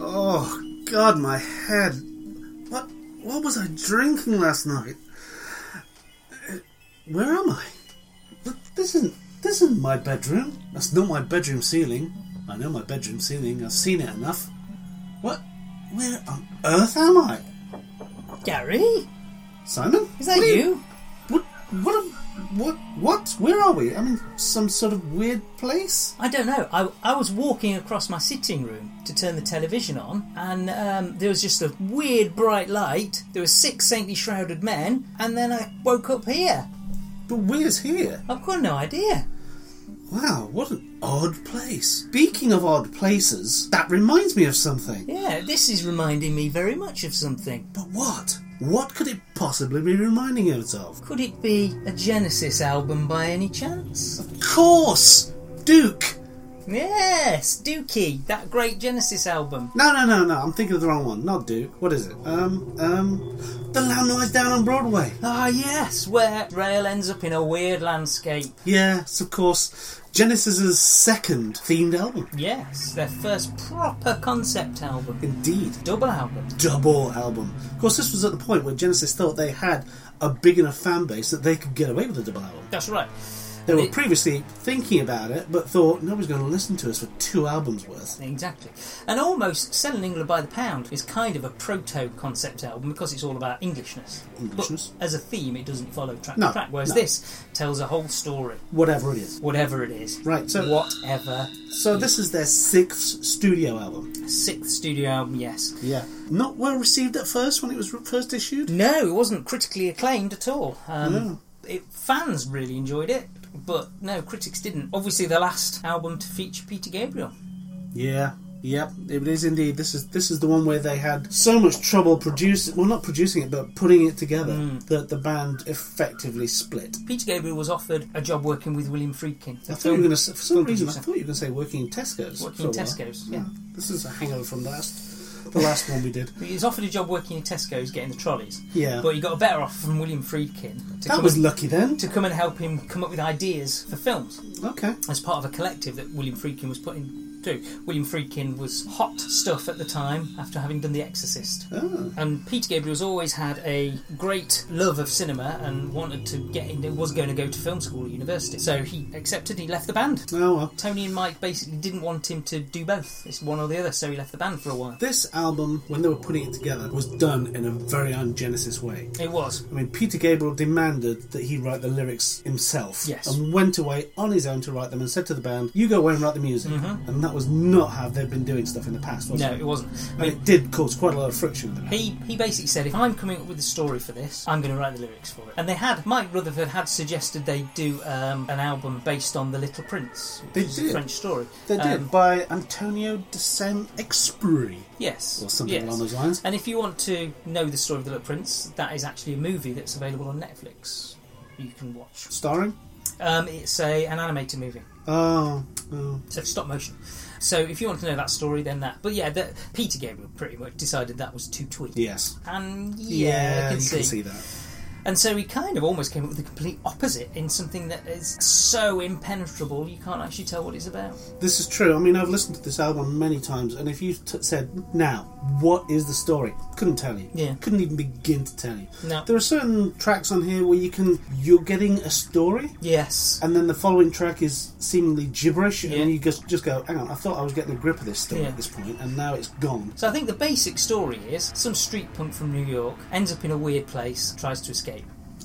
Oh God, my head! What what was I drinking last night? Uh, Where am I? Th- This isn't this isn't my bedroom. That's not my bedroom ceiling. I know my bedroom ceiling. I've seen it enough. What? Where on earth am I? Gary? Simon? Is that What are you? What? What? am- What? What? Where are we? I'm in some sort of weird place. I don't know. I, I was walking across my sitting room to turn the television on, and um, there was just a weird bright light. There were six saintly shrouded men, and then I woke up here. But where's here? I've got no idea. Wow, what an odd place. Speaking of odd places, that reminds me of something. Yeah, this is reminding me very much of something. But what? What could it possibly be reminding us of? Could it be a Genesis album by any chance? Of course! Duke! Yes, Dookie, that great Genesis album. No, no, no, no, I'm thinking of the wrong one. Not Duke. What is it? Um, um, The Lamb Lies Down on Broadway. Ah, yes, where Rail ends up in a weird landscape. Yes, of course. Genesis's second themed album. Yes, their first proper concept album. Indeed. Double album. double album. Of course, this was at the point where Genesis thought they had a big enough fan base that they could get away with a double album. That's right. They were It- previously thinking about it, but thought nobody's going to listen to us for two albums worth. Exactly. And almost Selling England by the Pound is kind of a proto concept album because it's all about Englishness. Englishness. But as a theme, it doesn't follow track No, to track, whereas no. this tells a whole story, Whatever it is. whatever it is. Right, so- Whatever. So this is their sixth studio album. Sixth studio album, yes. Yeah, not well received at first when it was re- first issued. No, it wasn't critically acclaimed at all. Um, it, fans really enjoyed it, but no, critics didn't. Obviously, the last album to feature Peter Gabriel. Yeah. Yep, it is indeed. This is this is the one where they had so much trouble producing, well, not producing it, but putting it together that the band effectively split. Peter Gabriel was offered a job working with William I Friedkin. the thought you were film going to, for some reason, I producer. thought you were going to say working in Tesco's. Working for in a while. Hmm. Tesco's, yeah. This is a hangover from the last, the last one we did. He was offered a job working in Tesco's getting the trolleys. Yeah. But he got a better offer from William Friedkin to, That come, was and, lucky then. to come and help him come up with ideas for films Okay. as part of a collective that William Friedkin was putting to. William Friedkin was hot stuff at the time after having done The Exorcist. Oh. And Peter Gabriel's always had a great love of cinema and wanted to get into, was going to go to film school at university. So he accepted, he left the band. Oh well. Tony and Mike basically didn't want him to do both. It's one or the other, so he left the band for a while. This album, when they were putting it together, was done in a very un-Genesis way. It was. I mean, Peter Gabriel demanded that he write the lyrics himself. Yes. And went away on his own to write them and said to the band, you go away and write the music. And that was not how they'd been doing stuff in the past, was Mm-hmm. No, it? it wasn't. I And mean, it did cause quite a lot of friction in the band. He, he basically said, if I'm coming up with a story for this, I'm going to write the lyrics for it. And they had, Mike Rutherford had suggested they do um, an album based on The Little Prince, which They is did. a French story. They did, Um, by Antonio de Saint-Exupéry. yes. Or something yes. along those lines. And if you want to know the story of The Little Prince, that is actually a movie that's available on Netflix. You can watch. Starring? Um, it's a an animated movie, Oh, oh. so stop motion. So if you want to know that story, then that. But yeah, the, Peter Gabriel pretty much decided that was too twee. yes. And yeah, I you can see that. And so he kind of almost came up with the complete opposite in something that is so impenetrable you can't actually tell what it's about. This is true. I mean, I've listened to this album many times, and if you t- said, now, what is the story? Couldn't tell you. Yeah. Couldn't even begin to tell you. No. There are certain tracks on here where you can, you're getting a story, Yes. and then the following track is seemingly gibberish, Yeah. and you just, just go, hang on, I thought I was getting a grip of this story Yeah. at this point, and now it's gone. So I think the basic story is some street punk from New York ends up in a weird place, tries to escape.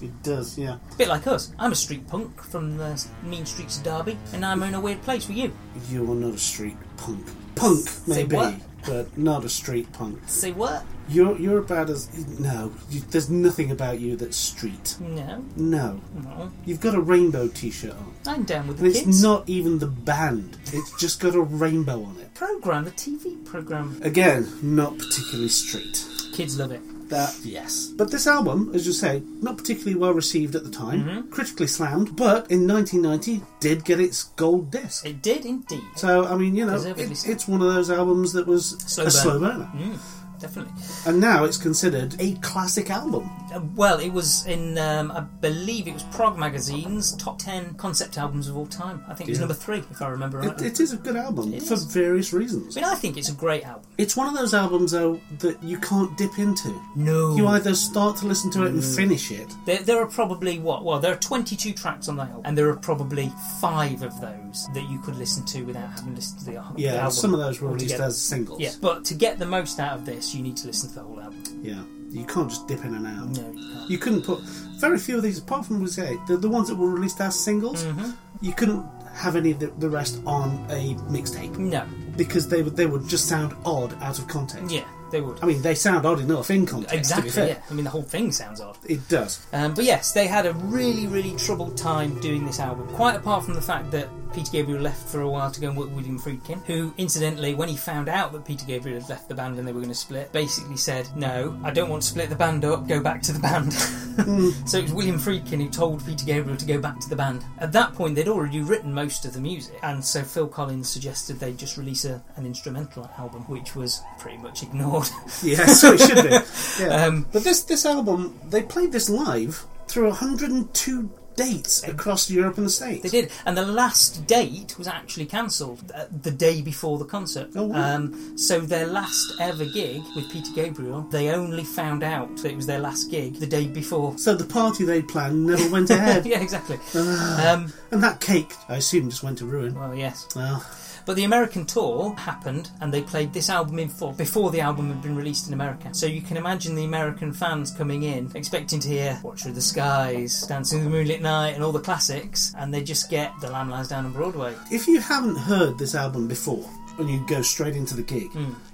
It does, yeah. A bit like us. I'm a street punk from the mean streets of Derby, and I'm in a weird place with you. You are not a street punk. Punk, Say maybe, what? but not a street punk. Say what? You're you're about as no. You, there's nothing about you that's street. No, No, no. you've got a rainbow T-shirt on, I'm down with the and it's kids. not even the band. It's just got a rainbow on it. Program, the TV program. Again, not particularly street. Kids love it. That yes. But this album, as you say, not particularly well received at the time, Mm-hmm. critically slammed, but in 1990 did get its gold disc. It did indeed. So I mean, you know, Deservedly it- so. it's one of those albums that was Slow a burn. Mm-hmm. slow burner. definitely. And now it's considered a classic album. Uh, well, it was in, um, I believe it was Prog Magazine's top 10 concept albums of all time. I think it was Yeah. number three, if I remember It, rightly. it is a good album It for is. various reasons. I mean, I think it's a great album. It's one of those albums, though, that you can't dip into. No. You either start to listen to it Mm. and finish it. There, there are probably what? Well, there are 22 tracks on the album, and there are probably five of those that you could listen to without having listened to the, al- the Yeah, album. some of those were released altogether. as singles. Yeah, but to get the most out of this, you need to listen to the whole album. Yeah. You can't just dip in and out. No, you can't. You couldn't put very few of these, apart from we say the, the ones that were released as singles. Mm-hmm. You couldn't have any of the, the rest on a mixtape No, because they would they would just sound odd out of context. yeah, they would. I mean, they sound odd enough in context. exactly, To be fair. yeah. I mean, the whole thing sounds odd. It does. Um, but yes, they had a really, really troubled time doing this album. Quite apart from the fact that Peter Gabriel left for a while to go and work with William Friedkin, who, incidentally, when he found out that Peter Gabriel had left the band and they were going to split, basically said, No, I don't want to split the band up, go back to the band. so it was William Friedkin who told Peter Gabriel to go back to the band. At that point, they'd already written most of the music, and so Phil Collins suggested they just release a, an instrumental album, which was pretty much ignored. Yeah, so it should be. Yeah. Um, but this this album, they played this live through 102 dates across Europe and the States. They did, and the last date was actually cancelled uh, the day before the concert. Oh, wow. um, so their last ever gig with Peter Gabriel, they only found out that it was their last gig the day before. So the party they planned never went ahead, yeah, exactly. um, and that cake, I assume, just went to ruin. well, yes, Well, but the American tour happened, and they played this album in full before the album had been released in America. So you can imagine the American fans coming in expecting to hear "Watch Through the Skies," "Dancing in the Moonlit Night," and all the classics, and they just get "The Lamb Lies Down on Broadway." if you haven't heard this album before and you go straight into the gig,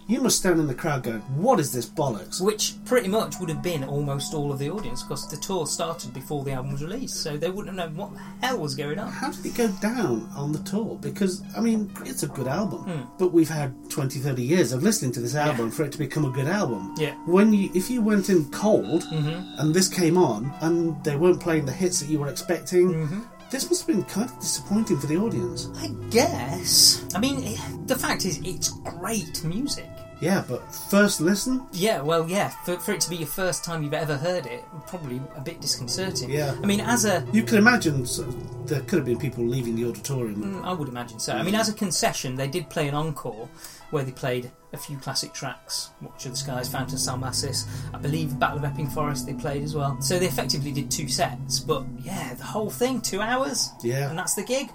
you must stand in the crowd going, "What is this bollocks?" which pretty much would have been almost all of the audience because the tour started before the album was released, so they wouldn't have known what the hell was going on. How did it go down on the tour? Because, I mean, it's a good album, but we've had 20, 30 years of listening to this album for it to become a good album. Yeah. When you, if you went in cold and this came on and they weren't playing the hits that you were expecting, this must have been kind of disappointing for the audience. I guess. I mean, it- the fact is, it's great music. Yeah, but first listen, Yeah, well, yeah, for, for it to be your first time you've ever heard it, probably a bit disconcerting. Yeah. I mean, as a you can imagine sort of, there could have been people leaving the auditorium. I would imagine so. I mean, as a concession, they did play an encore where they played a few classic tracks Watch of the Skies, Fountain of Salmasis, I believe Battle of Epping Forest they played as well. So they effectively did two sets, but yeah, the whole thing, two hours? Yeah. And that's the gig?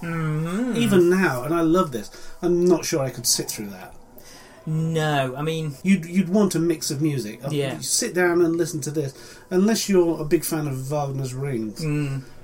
Hmm. Even now, and I love this, I'm not sure I could sit through that. No, I mean, You'd, you'd want a mix of music. Uh, Yeah. You sit down and listen to this, unless you're a big fan of Wagner's Rings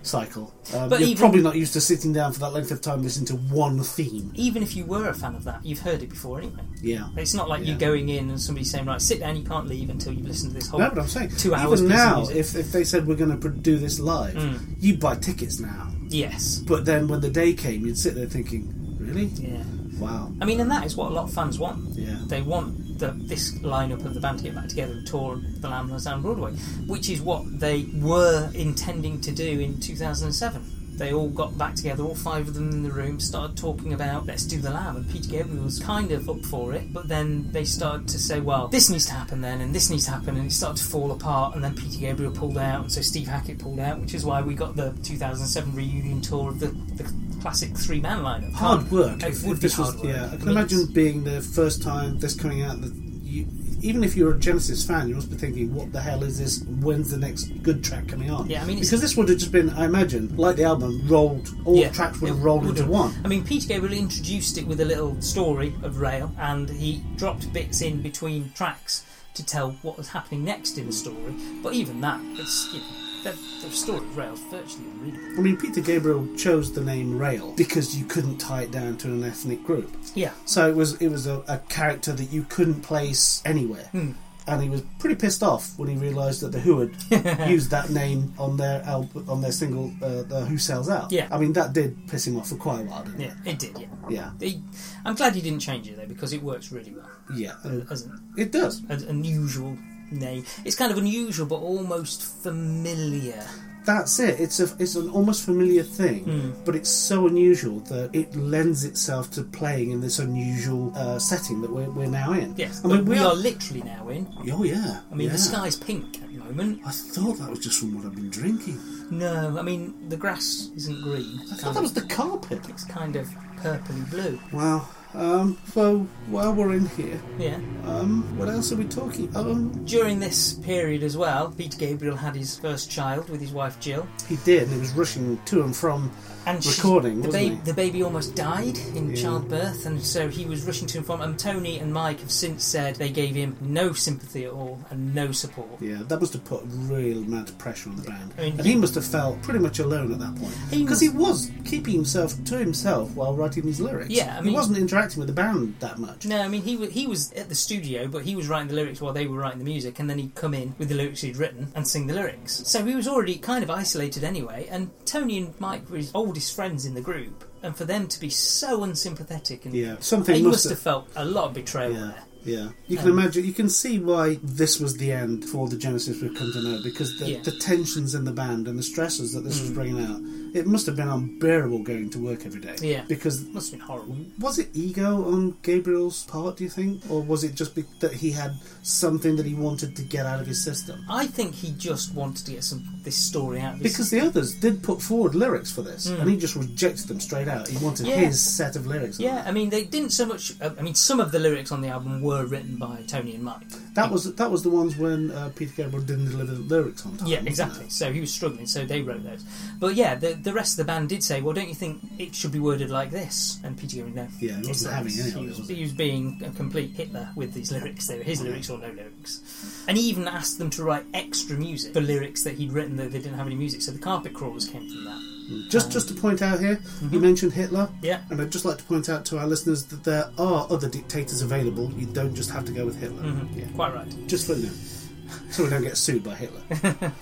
cycle. Um, Hmm. But you're even- probably not used to sitting down for that length of time listening to one theme. even if you were a fan of that, you've heard it before anyway. Yeah. It's not like Yeah. you're going in and somebody's saying, right, sit down, you can't leave until you've listened to this whole. No, but I'm saying, Two hours even piece of now, music. Hmm. if, if they said we're going to pr- do this live, you buy tickets now. Yes. But then when the day came, you'd sit there thinking, really? Yeah. Wow. I mean, and that is what a lot of fans want. Yeah. They want the, this lineup of the band to get back together and tour the Lamblas down Broadway, which is what they were intending to do in 2007. They all got back together, all five of them in the room, started talking about let's do the Lamb, and Peter Gabriel was kind of up for it, but then they started to say, well, this needs to happen then, and this needs to happen, and it started to fall apart, and then Peter Gabriel pulled out, and so Steve Hackett pulled out, which is why we got the 2007 reunion tour of the, the classic three man lineup. Hard work. It If- if would be this was- hard work. Yeah, I I can mean, imagine being the first time this coming out. That you, even if you're a Genesis fan, you must be thinking, "What the hell is this? When's the next good track coming on?" Yeah, I mean, it's- because this would have just been, I imagine, like the album rolled. All Yeah, the tracks would it have rolled would into have. one. I mean, Peter Gabriel introduced it with a little story of Rail, and he dropped bits in between tracks to tell what was happening next in the story. But even that, it's you know, the, the story of Rail's virtually unreadable. I mean, Peter Gabriel chose the name Rail because you couldn't tie it down to an ethnic group. Yeah, So it was it was a, a character that you couldn't place anywhere. Hmm. And he was pretty pissed off when he realised that the Who had used that name on their album, on their single, uh, the Who Sells Out. Yeah. I mean that did piss him off for quite a while, didn't yeah, it did. Yeah, it? Yeah, He- I'm glad he didn't change it though because it works really well yeah, uh, as an, it does. an unusual name. It's kind of unusual but almost familiar. that's it. It's a it's an almost familiar thing, Mm. but it's so unusual that it lends itself to playing in this unusual uh, setting that we're, we're now in. Yes, I mean but we are literally now in. Oh yeah. I mean, yeah. the sky's pink at the moment. I thought that was just from what I've been drinking. No, I mean the grass isn't green. I thought that was the carpet. It's kind of purpley blue. Wow. Um, so while we're in here, Yeah. um, what else are we talking? Um, During this period as well, Peter Gabriel had his first child with his wife Jill, he did. and He was rushing to and from. and she- Recording, the, wasn't he? the baby almost died in Yeah. childbirth, and so he was rushing to and from. And Tony and Mike have since said they gave him no sympathy at all and no support. Yeah, that must have put real mad pressure on the band, I mean, and he must have felt pretty much alone at that point He because he was keeping himself to himself while writing his lyrics. Yeah, I mean- he wasn't interacting with the band that much. No, I mean he was, he was at the studio, but he was writing the lyrics while they were writing the music, and then he'd come in with the lyrics he'd written and sing the lyrics. So he was already kind of isolated anyway. And Tony and Mike were his oldest friends in the group, and for them to be so unsympathetic and Yeah, something he must must have felt a lot of betrayal Yeah, there. yeah. You can Um, imagine, you can see why this was the end for the Genesis we've come to know because the, Yeah. Mm. the tensions in the band and the stresses that this was bringing out, it must have been unbearable going to work every day. Yeah. Because Must have been horrible. was it ego on Gabriel's part, do you think? Or was it just be- that he had something that he wanted to get out of his system? I think he just wanted to get some this story out of his Because the others did put forward lyrics for this, Mm. and he just rejected them straight out. He wanted Yeah. his set of lyrics. yeah, I mean, they didn't so much. Uh, I mean, some of the lyrics on the album were written by Tony and Mike. That was that was the ones when uh, Peter Gabriel didn't deliver the lyrics on time. Yeah, wasn't it? exactly. So he was struggling, so they wrote those. But yeah, the the rest of the band did say, "Well, don't you think it should be worded like this?" And Peter Gabriel, no. Yeah, he wasn't It's like having this. any of he it, was, was he was being a complete Hitler with these lyrics. They were his lyrics or no lyrics. And he even asked them to write extra music for lyrics that he'd written that they didn't have any music. So the Carpet Crawlers came from that. Just just to point out here, you mentioned Hitler, Yeah. and I'd just like to point out to our listeners that there are other dictators available. You don't just have to go with Hitler. Mhm. Yeah. Quite right. Just for now. So we don't get sued by Hitler.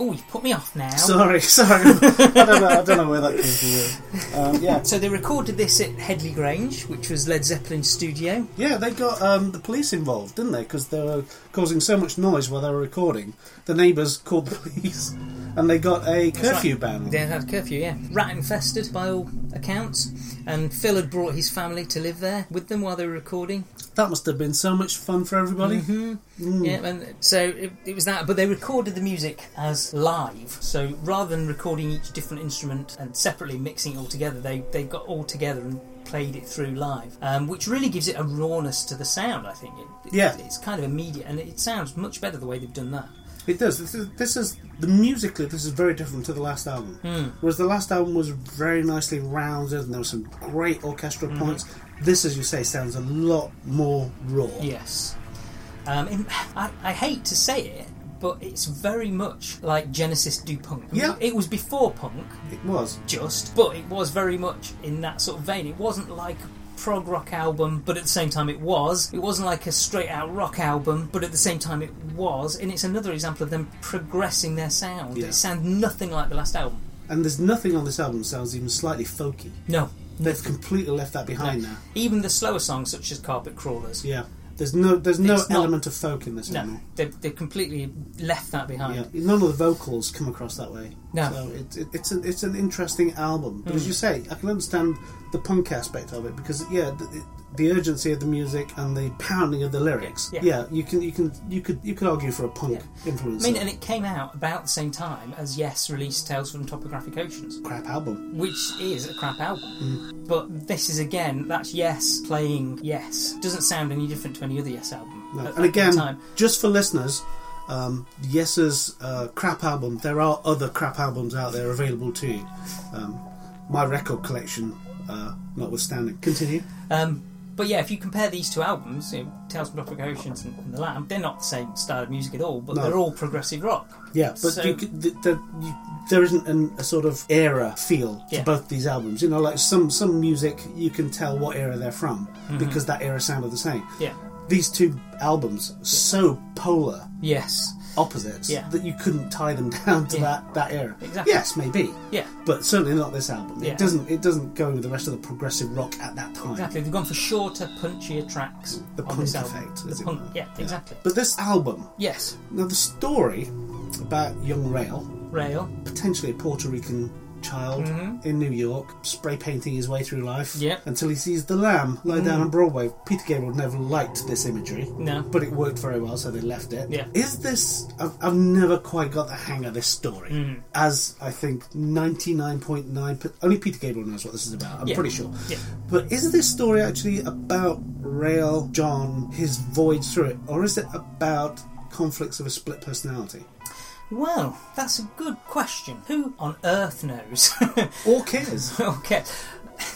Oh, you put me off now. sorry, sorry. I don't know. I don't know where that came from. Um, yeah, So they recorded this at Headley Grange, which was Led Zeppelin's studio. yeah. They got um, the police involved, didn't they? Because they were causing so much noise while they were recording. The neighbours called the police, and they got a curfew ban. They had had curfew, yeah. Rat infested by all accounts, and Phil had brought his family to live there with them while they were recording. That must have been so much fun for everybody. Yeah, and so it, it was that. But they recorded the music as live. So rather than recording each different instrument and separately mixing it all together, they they got all together and played it through live, um, which really gives it a rawness to the sound. I think. It, it- Yeah. It's kind of immediate, and it sounds much better the way they've done that. It does. This is, this is the musically. This is very different to the last album. Hmm. Whereas the last album was very nicely rounded, and there were some great orchestral Mm-hmm. points. This, as you say, sounds a lot more raw. Yes. Um, in- I, I hate to say it, but it's very much like Genesis do punk. I mean, Yeah. It was before punk, It was. just, but it was very much in that sort of vein. It wasn't like a prog rock album but at the same time it was it wasn't like a straight out rock album but at the same time it was and it's another example of them progressing their sound Yeah. it sounds nothing like the last album And there's nothing on this album that sounds even slightly folky. no They've completely left that behind now. even the slower songs such as carpet crawlers Yeah. There's no. There's no It's not- element of folk in this no anymore. they've, they've completely left that behind Yeah. None of the vocals come across that way. No. Hmm. So it, it, it's an it's an interesting album. But as you say, I can understand the punk aspect of it because yeah, the, the urgency of the music and the pounding of the lyrics. Yeah. you can you can you could you could argue for a punk influence. I mean, and it came out about the same time as Yes released Tales from Topographic Oceans, crap album. which is a crap album. Mm. But this is again, that's Yes playing Yes. Doesn't sound any different to any other Yes album. No. at- at and the again, time. just for listeners. Um, Yes's uh, crap album. There are other crap albums out there available to you. Um, my record collection, uh, notwithstanding. Continue. Um, but yeah, if you compare these two albums, you know, Tales from Topographic Oceans and, and The Lamb, they're not the same style of music at all, but No. they're all progressive rock. Yeah, but So- you could, th the, you, there isn't an, a sort of era feel Yeah. to both these albums. You know, like some some music you can tell what era they're from because that era sounded the same. Mm-hmm. Yeah. These two albums so polar Yes. opposites Yeah. that you couldn't tie them down to Yeah. that that era. Exactly. Yes, maybe, Yeah. but certainly not this album. Yeah. It doesn't it doesn't go with the rest of the progressive rock at that time. Exactly. They've gone for shorter, punchier tracks The on punk this album. effect, The as it punk- were. yeah, exactly. But this album, Yes. now the story about Young Rail rail. potentially a Puerto Rican child Mhm. in New York, spray painting his way through life Yep. until he sees The Lamb lie Mm. down on Broadway. Peter Gabriel never liked this imagery. No. But it worked very well, so they left it. Mm. Yeah. Is this? I've, I've never quite got the hang of this story. Mm. As I think ninety nine point nine, only Peter Gabriel knows what this is about. I'm Yeah. pretty sure. Yeah. But is this story actually about Rail John, his voyage through it, or is it about conflicts of a split personality Well, that's a good question. Who on earth knows? or cares? okay.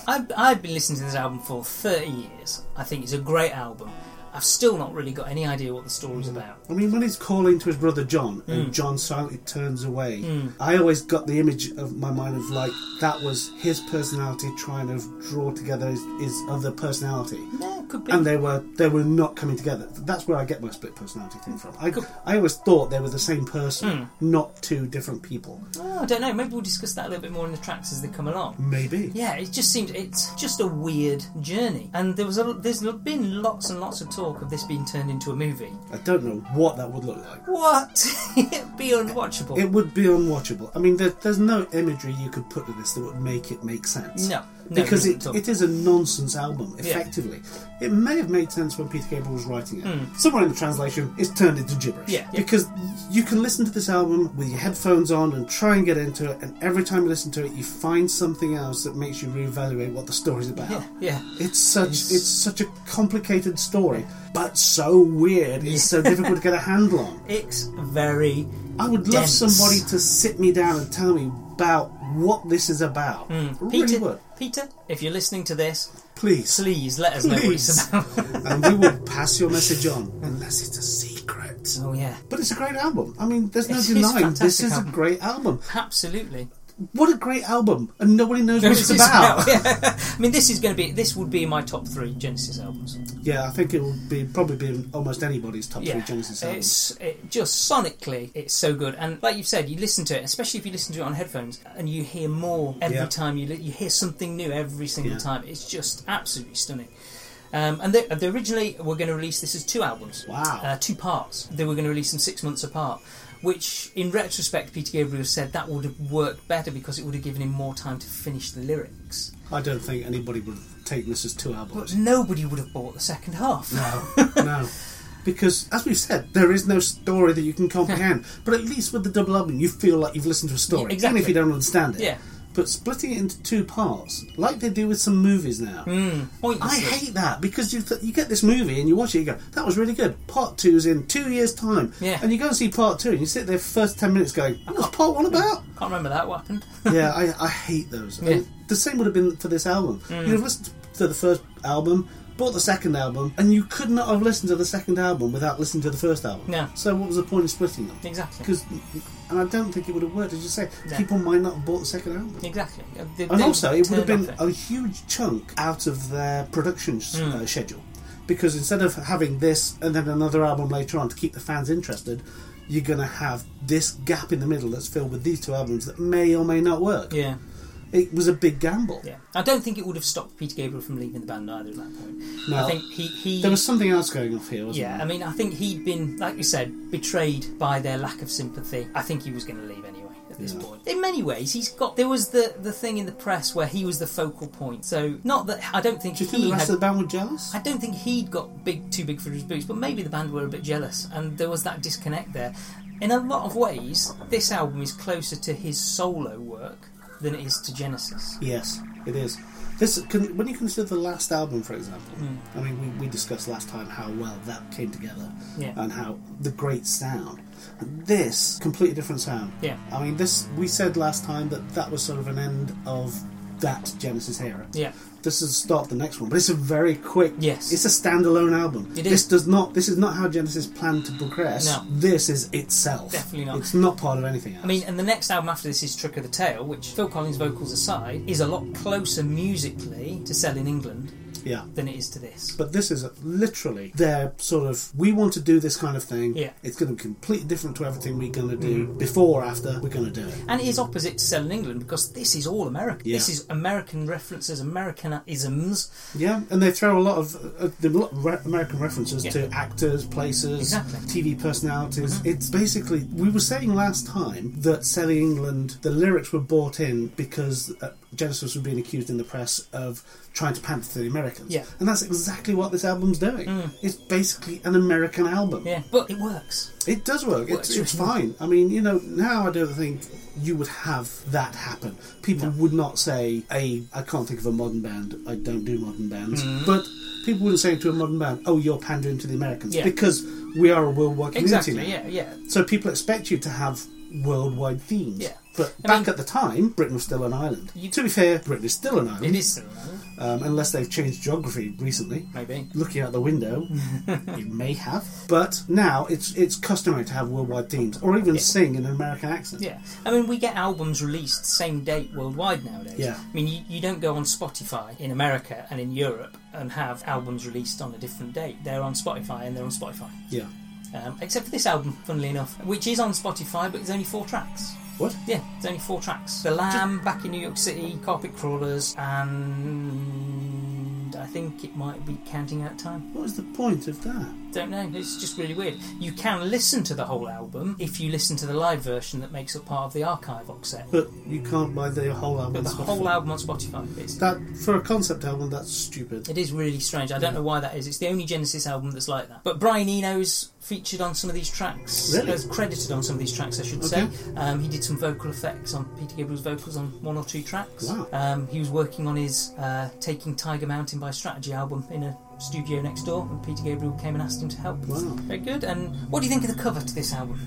I've, I've been listening to this album for 30 years. I think it's a great album. I've still not really got any idea what the story's about. I mean, when he's calling to his brother John, Hmm. and John silently turns away, I always got the image of my mind of like that was his personality trying to draw together his, his other personality, No, it could be. and they were they were not coming together. That's where I get my split personality thing from. I Cool. Hmm. I always thought they were the same person, not two different people. Oh, I don't know. Maybe we'll discuss that a little bit more in the tracks as they come along. Maybe. Yeah, it just seems it's just a weird journey, and there was a, there's been lots and lots of talk of this being turned into a movie. I don't know what that would look like. What? It'd be unwatchable. It would be unwatchable. I mean, there, there's no imagery you could put to this that would make it make sense. No, no, because not it, at all. it is a nonsense album, Yeah. effectively. It may have made sense when Peter Gabriel was writing it. Somewhere in the translation, it's turned into gibberish. Hmm. Yeah, yeah. Because you can listen to this album with your headphones on and try and get into it, and every time you listen to it, you find something else that makes you reevaluate what the story's about. yeah, yeah. It's such it's such a complicated story, but so weird. It's so difficult to get a handle on. It's very I would love dense. somebody to sit me down and tell me about what this is about. I really Hmm. Peter. would. Peter, if you're listening to this, Please. please let us know what it's Please. about. and we will pass your message on, unless it's a secret. oh yeah, But it's a great album. I mean, there's no It is denying fantastic this is album. a great album. absolutely. What a great album! And nobody knows what it's It's about. yeah. I mean, this is going to be this would be my top three Genesis albums. Yeah, I think it would be probably be in almost anybody's top Yeah, three Genesis albums. it's it, just sonically, it's so good. And like you've said, you listen to it, especially if you listen to it on headphones, and you hear more every Yeah. time you li- you hear something new every single Yeah. time. It's just absolutely stunning. Um, and they, they originally were going to release this as two albums. Wow. Uh, two parts. They were going to release them six months apart, which, in retrospect, Peter Gabriel said that would have worked better because it would have given him more time to finish the lyrics. I don't think anybody would take this as two But albums. nobody would have bought the second half. No, no. Because, as we've said, there is no story that you can comprehend. but at least with the double album, you feel like you've listened to a story, Yeah, exactly. even if you don't understand it. Yeah. But splitting it into two parts, like they do with some movies now, Mm. I Pointlessly. hate that because you th- you get this movie and you watch it, you go, that was really good. Part two's in two years' time, Yeah. Oh. and you go and see part two, and you sit there for the first ten minutes going, what was part one about? Can't remember that what happened. yeah, I, I hate those. Yeah. Mm. the same would have been for this album. You'd have listened to the first album, bought the second album, and you could not have listened to the second album without listening to the first album. No. So what was the point of splitting them? exactly. Because, and I don't think it would have worked. As you say, No. people might not have bought the second album. Exactly. Uh, they- And they also, it would have turned been off a huge chunk out of their production Hmm. s uh, schedule. Because instead of having this and then another album later on to keep the fans interested, you're going to have this gap in the middle that's filled with these two albums that may or may not work. it. Yeah, It was a big gamble. yeah. I don't think it would have stopped Peter Gabriel from leaving the band either at that point. No. I think he he. There was something else going off here, wasn't yeah, I there? mean, I think he'd been, like you said, betrayed by their lack of sympathy. I think he was going to leave anyway at this Yeah. point. In many ways, he's got. There was the the thing in the press where he was the focal point. So not that I don't think Do you think he the rest had. of the band were jealous? I don't think he'd got big too big for his boots, but maybe the band were a bit jealous, and there was that disconnect there. In a lot of ways, this album is closer to his solo work than it is to Genesis. Yes, it is. This can, when you consider the last album, for example. Hmm. I mean, we, we discussed last time how well that came together Yeah. and how the great sound. And this completely different sound. Yeah. I mean, this we said last time that that was sort of an end of that Genesis era. Yeah. This is the start of the next one, but it's a very quick. Yes. It's a standalone album. It This is. does not. This is not how Genesis planned to progress. No. This is itself. Definitely not. It's not part of anything else. I mean, and the next album after this is Trick of the Tail, which, Phil Collins' vocals aside, is a lot closer musically to Sell in England Yeah. than it is to this. But this is literally their sort of we want to do this kind of thing. Yeah. It's going to be completely different to everything we're going to do before or after we're going to do it. And it is opposite to Sell in England because this is all American. Yeah. This is American references, Americanisms. Yeah, and they throw a lot of uh, there are a lot of re- American references Yeah. to actors, places, Exactly. Mm-hmm. TV personalities. It's basically we were saying last time that Selling England the lyrics were bought in because uh, Genesis were being accused in the press of trying to pander to the Americans. Yeah. Mm. and that's exactly what this album's doing. It's basically an American album. Yeah, but it works. It does work. It's, works. it's fine. I mean, you know, now I don't think you would have that happen. People would not say, "A, I can't think of a modern band. I don't do modern bands." Hmm. But people wouldn't say to a modern band, "Oh, you're pandering to the Americans," Yeah. because we are a worldwide community Exactly. now. Yeah, yeah. So people expect you to have worldwide themes. Yeah. But I back mean- at the time, Britain was still an island. You- to be fair, Britain is still an island, It is still American, um, unless they've changed geography recently maybe. looking out the window. you may have, but now it's it's customary to have worldwide themes, or even sing in an American accent. Yeah, I mean, we get albums released same date worldwide nowadays. Yeah. I mean, you, you don't go on Spotify in America and in Europe and have albums released on a different date. They're on Spotify and they're on Spotify. Yeah. Um, except for this album, funnily enough, which is on Spotify, but it's only four tracks. What? Yeah, it's only four tracks. The Lamb, Back in New York City, Carpet Crawlers, and I think it might be Counting Out Time. What is the point of that? Don't know. It's just really weird. You can listen to the whole album if you listen to the live version that makes up part of the archive box set. But you can't buy the whole album. But the on Spotify. whole album on Spotify. It's, That for a concept album, that's stupid. it is really strange. I don't know why that is. It's the only Genesis album that's like that. But Brian Eno's featured on some of these tracks. Really? As credited on some of these tracks, I should Okay. say. Um, he did some vocal effects on Peter Gabriel's vocals on one or two tracks. Wow. Um, he was working on his uh, Taking Tiger Mountain by Strategy album in a studio next door, and Peter Gabriel came and asked him to help. Wow. Very good. And what do you think of the cover to this album?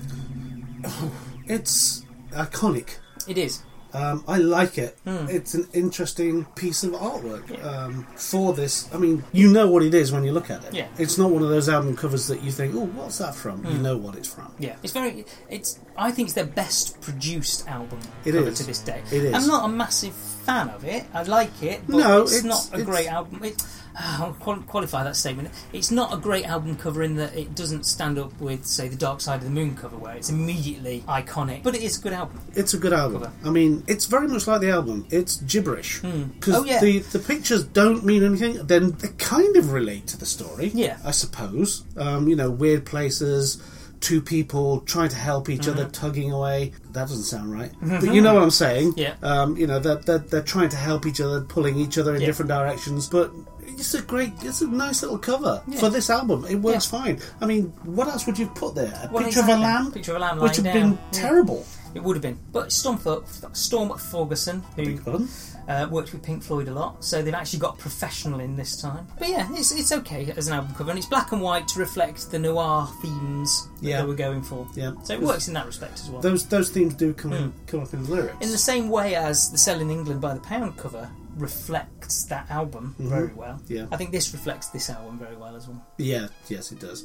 It's iconic. It is. Um, I like it. Hmm. It's an interesting piece of artwork Yeah. um, for this. I mean, you know what it is when you look at it. Yeah. Hmm. It's not one of those album covers that you think, "Oh, what's that from?" You know what it's from. Yeah, it's very. It's. I think it's their best produced album It cover is. to this day. It is. I'm not a massive fan of it. I like it, but No, it's, it's- not a it's- great album. It, ah, I'll qual- qualify that statement. It's not a great album cover in that it doesn't stand up with, say, the Dark Side of the Moon cover, where it's immediately iconic. But it is a good album. It's a good album. Cover. I mean, it's very much like the album. It's gibberish because Oh, yeah. the the pictures don't mean anything. Then they kind of relate to the story. Yeah. I suppose. Um, you know, weird places, two people trying to help each other, Mm-hmm. tugging away. That doesn't sound right, but you know what I'm saying. Yeah. Um, you know, they're, they're, they're trying to help each other, pulling each other in Yeah. different directions, but. It's a great, it's a nice little cover Yeah. for this album. It works fine. I mean, what else would you put there? A Well, picture of exactly. a lamb, Picture of a lamb which would have lying down. been Yeah. terrible. It would have been. But Storm, Fer- Storm Ferguson, who Pardon? uh, worked with Pink Floyd a lot, so they've actually got professional in this time. But yeah, it's, it's okay as an album cover, and it's black and white to reflect the noir themes Yeah. that they were going for. Yeah. So it works in that respect as well. Those those themes do come in, come up in the lyrics. Hmm. in the same way as the Sell in England by the Pound cover reflects that album very well. Mm-hmm. Yeah. I think this reflects this album very well as well. yeah, yes, it does.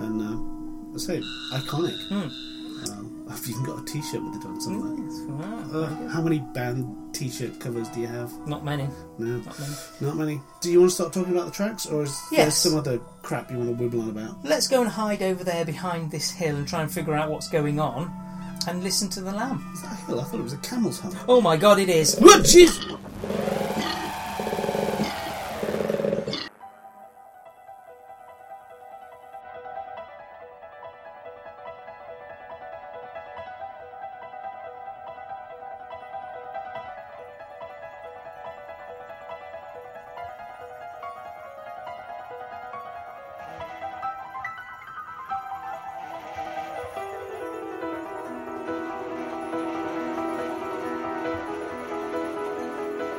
And um, I say iconic. Hmm. Um, I've even got a T-shirt with it on somewhere. Wow. Uh, how many band T-shirt covers do you have? Not many. No, Not many. not many. Do you want to start talking about the tracks, or is there Yes. some other crap you want to wibble on about? Let's go and hide over there behind this hill and try and figure out what's going on and listen to the lamb. Is that a hill? I thought it was a camel's hump. Oh my god, it is. What? Jeez.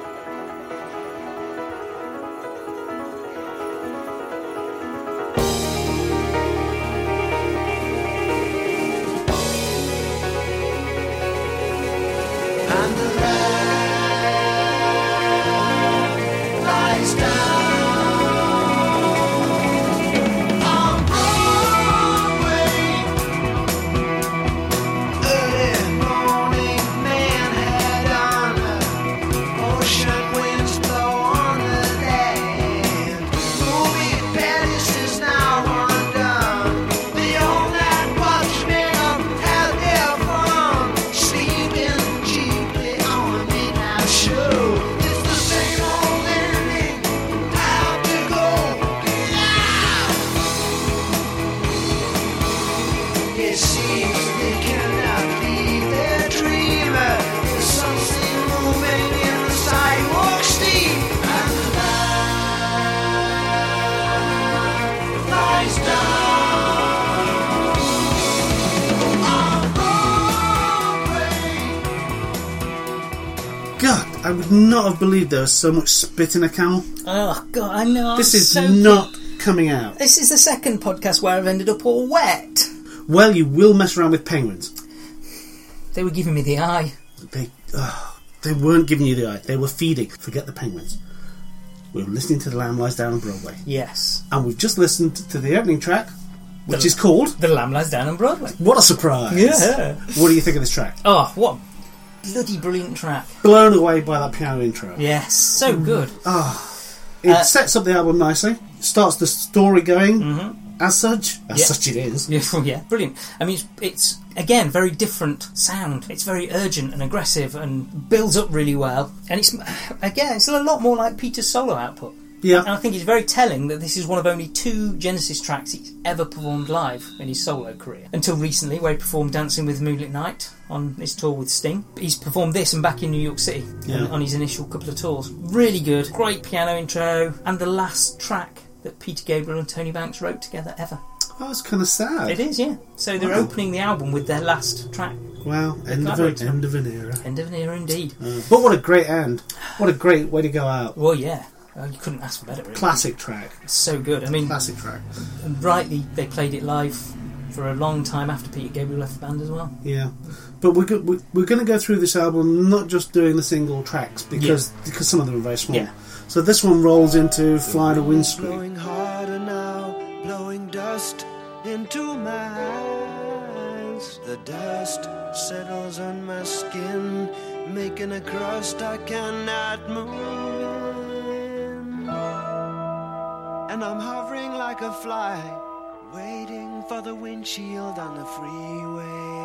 Thank I would not have believed there was so much spit in a camel. Oh god, I know. I'm This is so- not coming out. This is the second podcast where I've ended up all wet. Well, you will mess around with penguins. They were giving me the eye. They, ah, they weren't giving you the eye. They were feeding. Forget the penguins. We were listening to The Lamb Lies Down on Broadway. Yes. And we've just listened to the opening track, which is called The Lamb Lies Down on Broadway. What a Surprise! Yeah. What do you think of this track? Oh, what a bloody brilliant track. Blown away by that piano intro. Yes, Mm. so good. It Uh, sets up the album nicely, starts the story going as such. As Mm-hmm. Yeah. such, it is. Yeah, well, yeah, brilliant. I mean, it's, it's again very different sound. It's very urgent and aggressive and builds up really well. And it's again, it's a lot more like Peter's solo output. Yeah. And I think it's very telling that this is one of only two Genesis tracks he's ever performed live in his solo career. Until recently, where he performed Dancing with Moonlit Night on his tour with Sting. But he's performed this and back in New York City Yeah. on, on his initial couple of tours. Really good. Great piano intro. And the last track that Peter Gabriel and Tony Banks wrote together ever. Oh, it's kind of sad. It is, yeah. So they're Wow. opening the album with their last track. Wow, end of, collaborates. a, end of an era. End of an era, indeed. But what a great end. What a great way to go out. Well, yeah. Oh, you couldn't ask for better. Really. Classic track. It's so good. I mean, Classic track. rightly they played it live for a long time after Peter Gabriel left the band as well. Yeah. But we're, go- we- we're going to go through this album not just doing the single tracks because because some of them are very small. Yeah. So this one rolls into Flying a Windscreen. Blowing harder now, blowing dust into my eyes. The dust settles on my skin, making a crust I cannot move. in. And I'm hovering like a fly, waiting for the windshield on the freeway.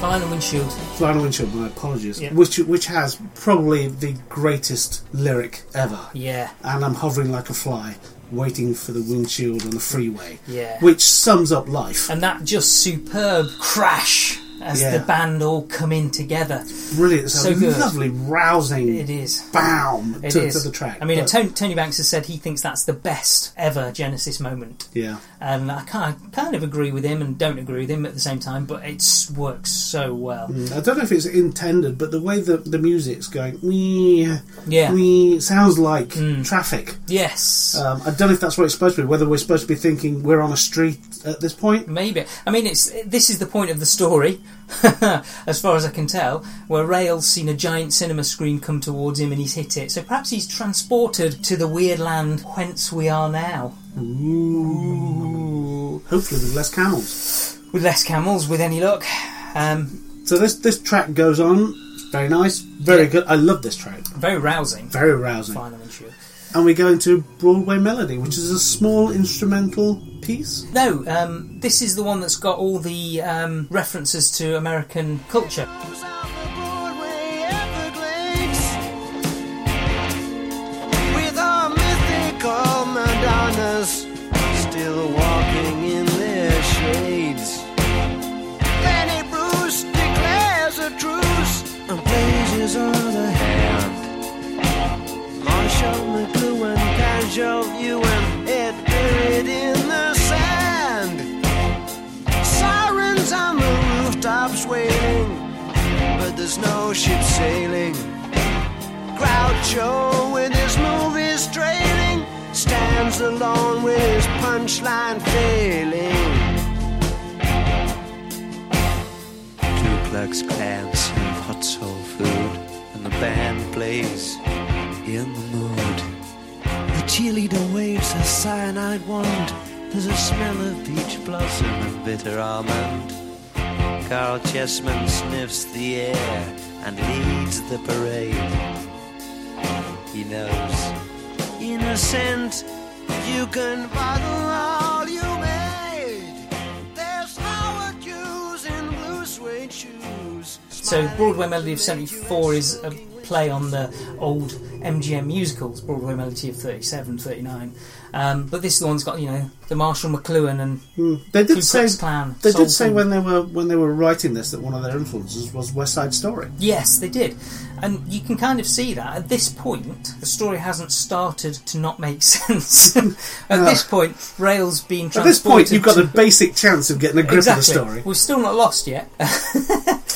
Final Windshield. Flying a Windscreen, my apologies. Yeah. Which, which has probably the greatest lyric ever. Yeah. and I'm hovering like a fly, waiting for the windshield on the freeway. Yeah. Which sums up life. And that just superb crash as Yeah. the band all come in together. Brilliant. It's so a good. lovely, rousing It is. bam It is. to, to the track. I mean, But- Tony, Tony Banks has said he thinks that's the best ever Genesis moment. yeah. And I kind of, kind of agree with him and don't agree with him at the same time, but it works so well. I don't know if it's intended, but the way that the music's going, wee, Yeah. Hmm. wee, sounds like traffic. Yes. Um, I don't know if that's what it's supposed to be. Whether we're supposed to be thinking we're on a street at this point. Maybe. I mean, it's this is the point of the story, as far as I can tell, where Rail's seen a giant cinema screen come towards him and he's hit it. So perhaps he's transported to the weird land whence we are now. Ooh. Hopefully, with less camels. With less camels, with any luck. Um, So this this track goes on. Very nice. Very Yeah. good. I love this track. very rousing. Very rousing. Final issue. and we go into Broadway Melody, which is a small instrumental piece. No, um, this is the one that's got all the um, references to American culture. Shadows of the Broadway Everglades with our mythical Madonnas still walking in their shades. Fanny Bruce declares a truce and places on the hand. Marshall McLuhan, casual Ewan, head buried in the sand. Sirens on the rooftops wailing but there's no ship sailing. Groucho with his movies trailing stands alone with his punchline failing. Ku Klux Klan serve hot soul food, and the band plays in the mood. The cheerleader waves a cyanide wand. There's a smell of peach blossom and bitter almond. Carl Chessman sniffs the air and leads the parade. He knows, innocent, you can bottle all you made. There's Howard Hughes in blue suede shoes. So Broadway Melody of 74 is a play on the old MGM musicals, Broadway Melody of 37, 39. Um, but this one's got you know the Marshall McLuhan and Hmm. They Ku did say Klux Klan. they soul did say food. when they were when they were writing this that one of their influences was West Side Story. Yes, they did. And you can kind of see that at this point, the story hasn't started to not make sense. at this point, Rail's been Ah. At this point, you've got to a basic chance of getting a grip exactly. of the story. We're still not lost yet.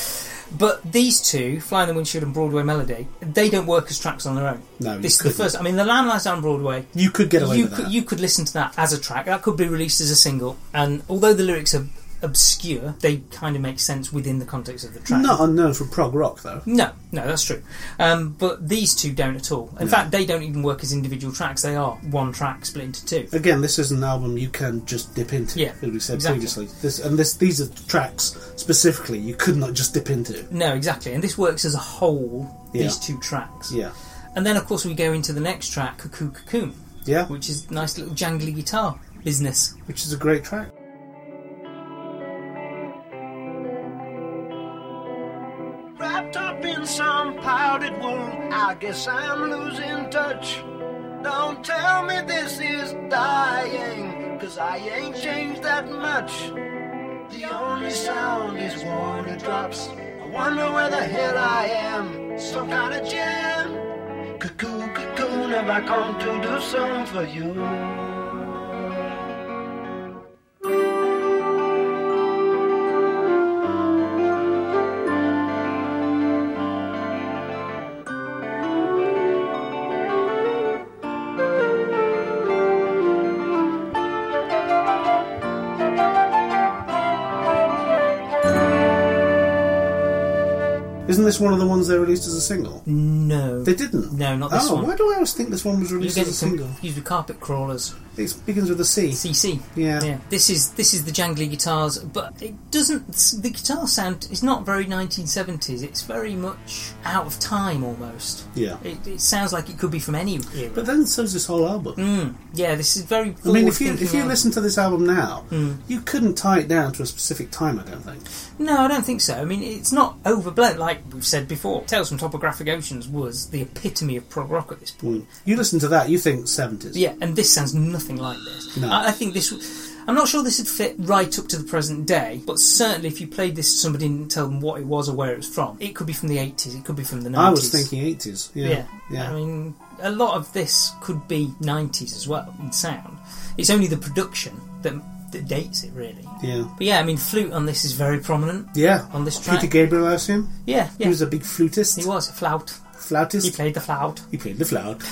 but these two, Fly in the Windshield and Broadway Melody, they don't work as tracks on their own. No, you this is the couldn't. first. I mean, the Lamb Lies Down Broadway. You could get away you with could that. you could listen to that as a track. That could be released as a single. And although the lyrics are obscure, they kind of make sense within the context of the track. Not unknown for prog rock though. No, no, that's true. Um, but these two don't at all. In fact, they don't even work as individual tracks. They are one track split into two. Again, this is an album you can just dip into. Yeah, as we said exactly. previously. This and this these are tracks specifically you could not just dip into. No, exactly. And this works as a whole. Yeah. These two tracks. Yeah, And then, of course, we go into the next track, Cuckoo Cocoon, yeah, which is nice little jangly guitar business. which is a great track. Wrapped up in some powdered wool, I guess I'm losing touch. Don't tell me this is dying, cause I ain't changed that much. The only sound is water drops. I wonder where the hell I am, some kind of jam. Cuckoo, cocoon, have I come to do something for you? Isn't this one of the ones they released as a single? No. They didn't. No, not this oh, one. why do I always think this one was You're released as getting a some single? confused with Carpet Crawlers. It begins with a C. CC. Yeah. Yeah. This is this is the jangly guitars, but it doesn't. The guitar sound is not very 1970s. It's very much out of time almost. Yeah. It, it sounds like it could be from any era. But then so's this whole album. Mm, yeah, this is very. I mean, if you forward-thinking if you album. listen to this album now, Mm. you couldn't tie it down to a specific time. I don't think. no, I don't think so. I mean, it's not overblown like we've said before. Tales from Topographic Oceans was the epitome of prog rock at this point. Mm. You listen to that, you think seventies. Yeah, and this sounds nothing like this. No. I, I think this. w- I'm not sure this would fit right up to the present day, but certainly if you played this to somebody and didn't tell them what it was or where it was from, it could be from the 80s, it could be from the 90s. I was thinking eighties. Yeah, Yeah. yeah. I mean, a lot of this could be 90s as well in sound. It's only the production that, that dates it, really. yeah. But yeah, I mean, flute on this is very prominent. Yeah. On this Peter track. Gabriel, I assume. Yeah, yeah. He was a big flutist, He was a flout. flautist. He played the flout, He played the flout.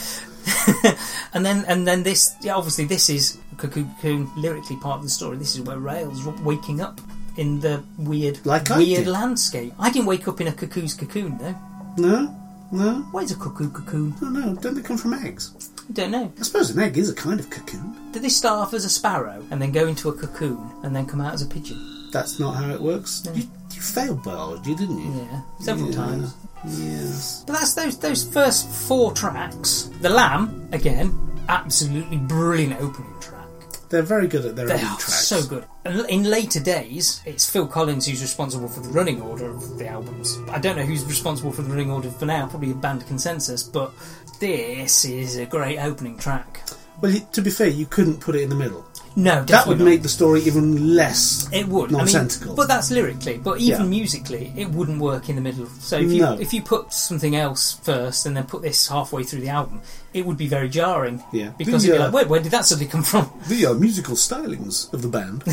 and then and then this. Yeah, obviously this is Cuckoo Cocoon lyrically part of the story. This is where Rails w- waking up in the weird, Like I weird did. landscape. I didn't wake up in a cuckoo's cocoon though. No, no, What is a cuckoo cocoon? no, no. Don't they come from eggs? I don't know. I suppose an egg is a kind of cocoon. Did they start off as a sparrow and then go into a cocoon and then come out as a pigeon? That's not how it works. You, you failed biology, didn't you? Yeah, several Yeah. times. Yes. But that's those those first four tracks. The Lamb again, absolutely brilliant opening track. They're very good at their They own are tracks. so good. And l- In later days, it's Phil Collins who's responsible for the running order of the albums. I don't know who's responsible for the running order for now, probably a band consensus, but this is a great opening track. Well, you- to be fair, you couldn't put it in the middle. No, definitely That would not. make the story even less. it would I mean, nonsensical. but that's lyrically. But even Yeah. musically, it wouldn't work in the middle. So if you No. if you put something else first and then put this halfway through the album, it would be very jarring. Yeah. because The, it'd be uh, like, wait, where did that suddenly come from? the uh, musical stylings of the band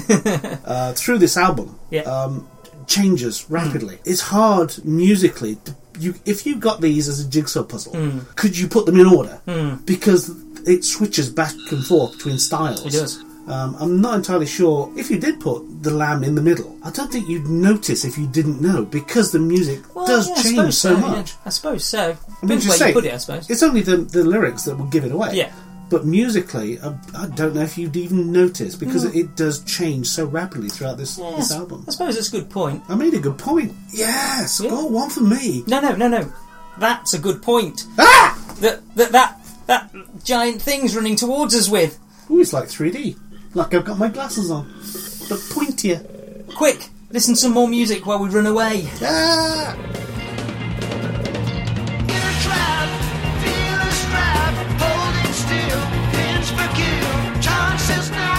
uh, through this album Yeah. um, changes rapidly. It's hard musically. To, you, if you got these as a jigsaw puzzle, Hmm. could you put them in order? Because it switches back and forth between styles. It does. Um, I'm not entirely sure if you did put the lamb in the middle. I don't think you'd notice if you didn't know because the music Well, does yeah, I change suppose so yeah. much. I suppose so. I mean, Depends you where say, you put it, I suppose. It's only the, the lyrics that will give it away. Yeah. But musically, I, I don't know if you'd even notice because it does change so rapidly throughout this, Mm. Yeah, this album. I suppose that's a good point. I made a good point. Yes, Yeah. got one for me. No, no, no, no. That's a good point. Ah! That that that that giant thing's running towards us with. Ooh, it's like 3D. Like I've got my glasses on, but pointier. Quick, listen to some more music while we run away. Ah! In a trap, feel a strap, holding still, pins for kill,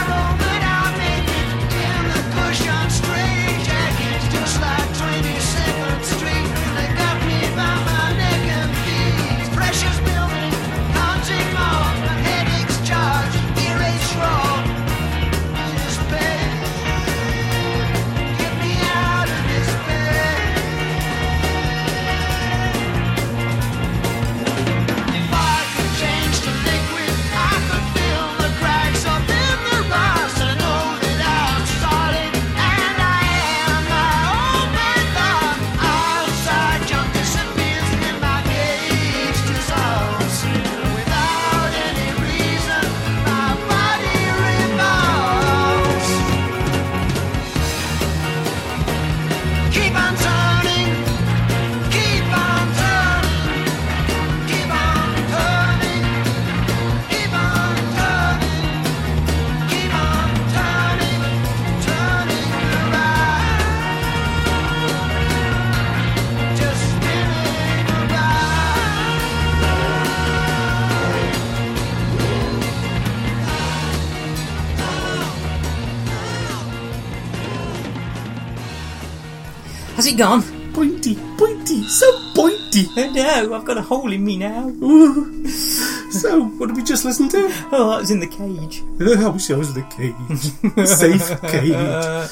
Has it gone? Pointy, pointy, so pointy. Oh no, I've got a hole in me now. Ooh. So, what did we just listen to? Oh, that was in the cage. I wish I was the cage. Safe cage.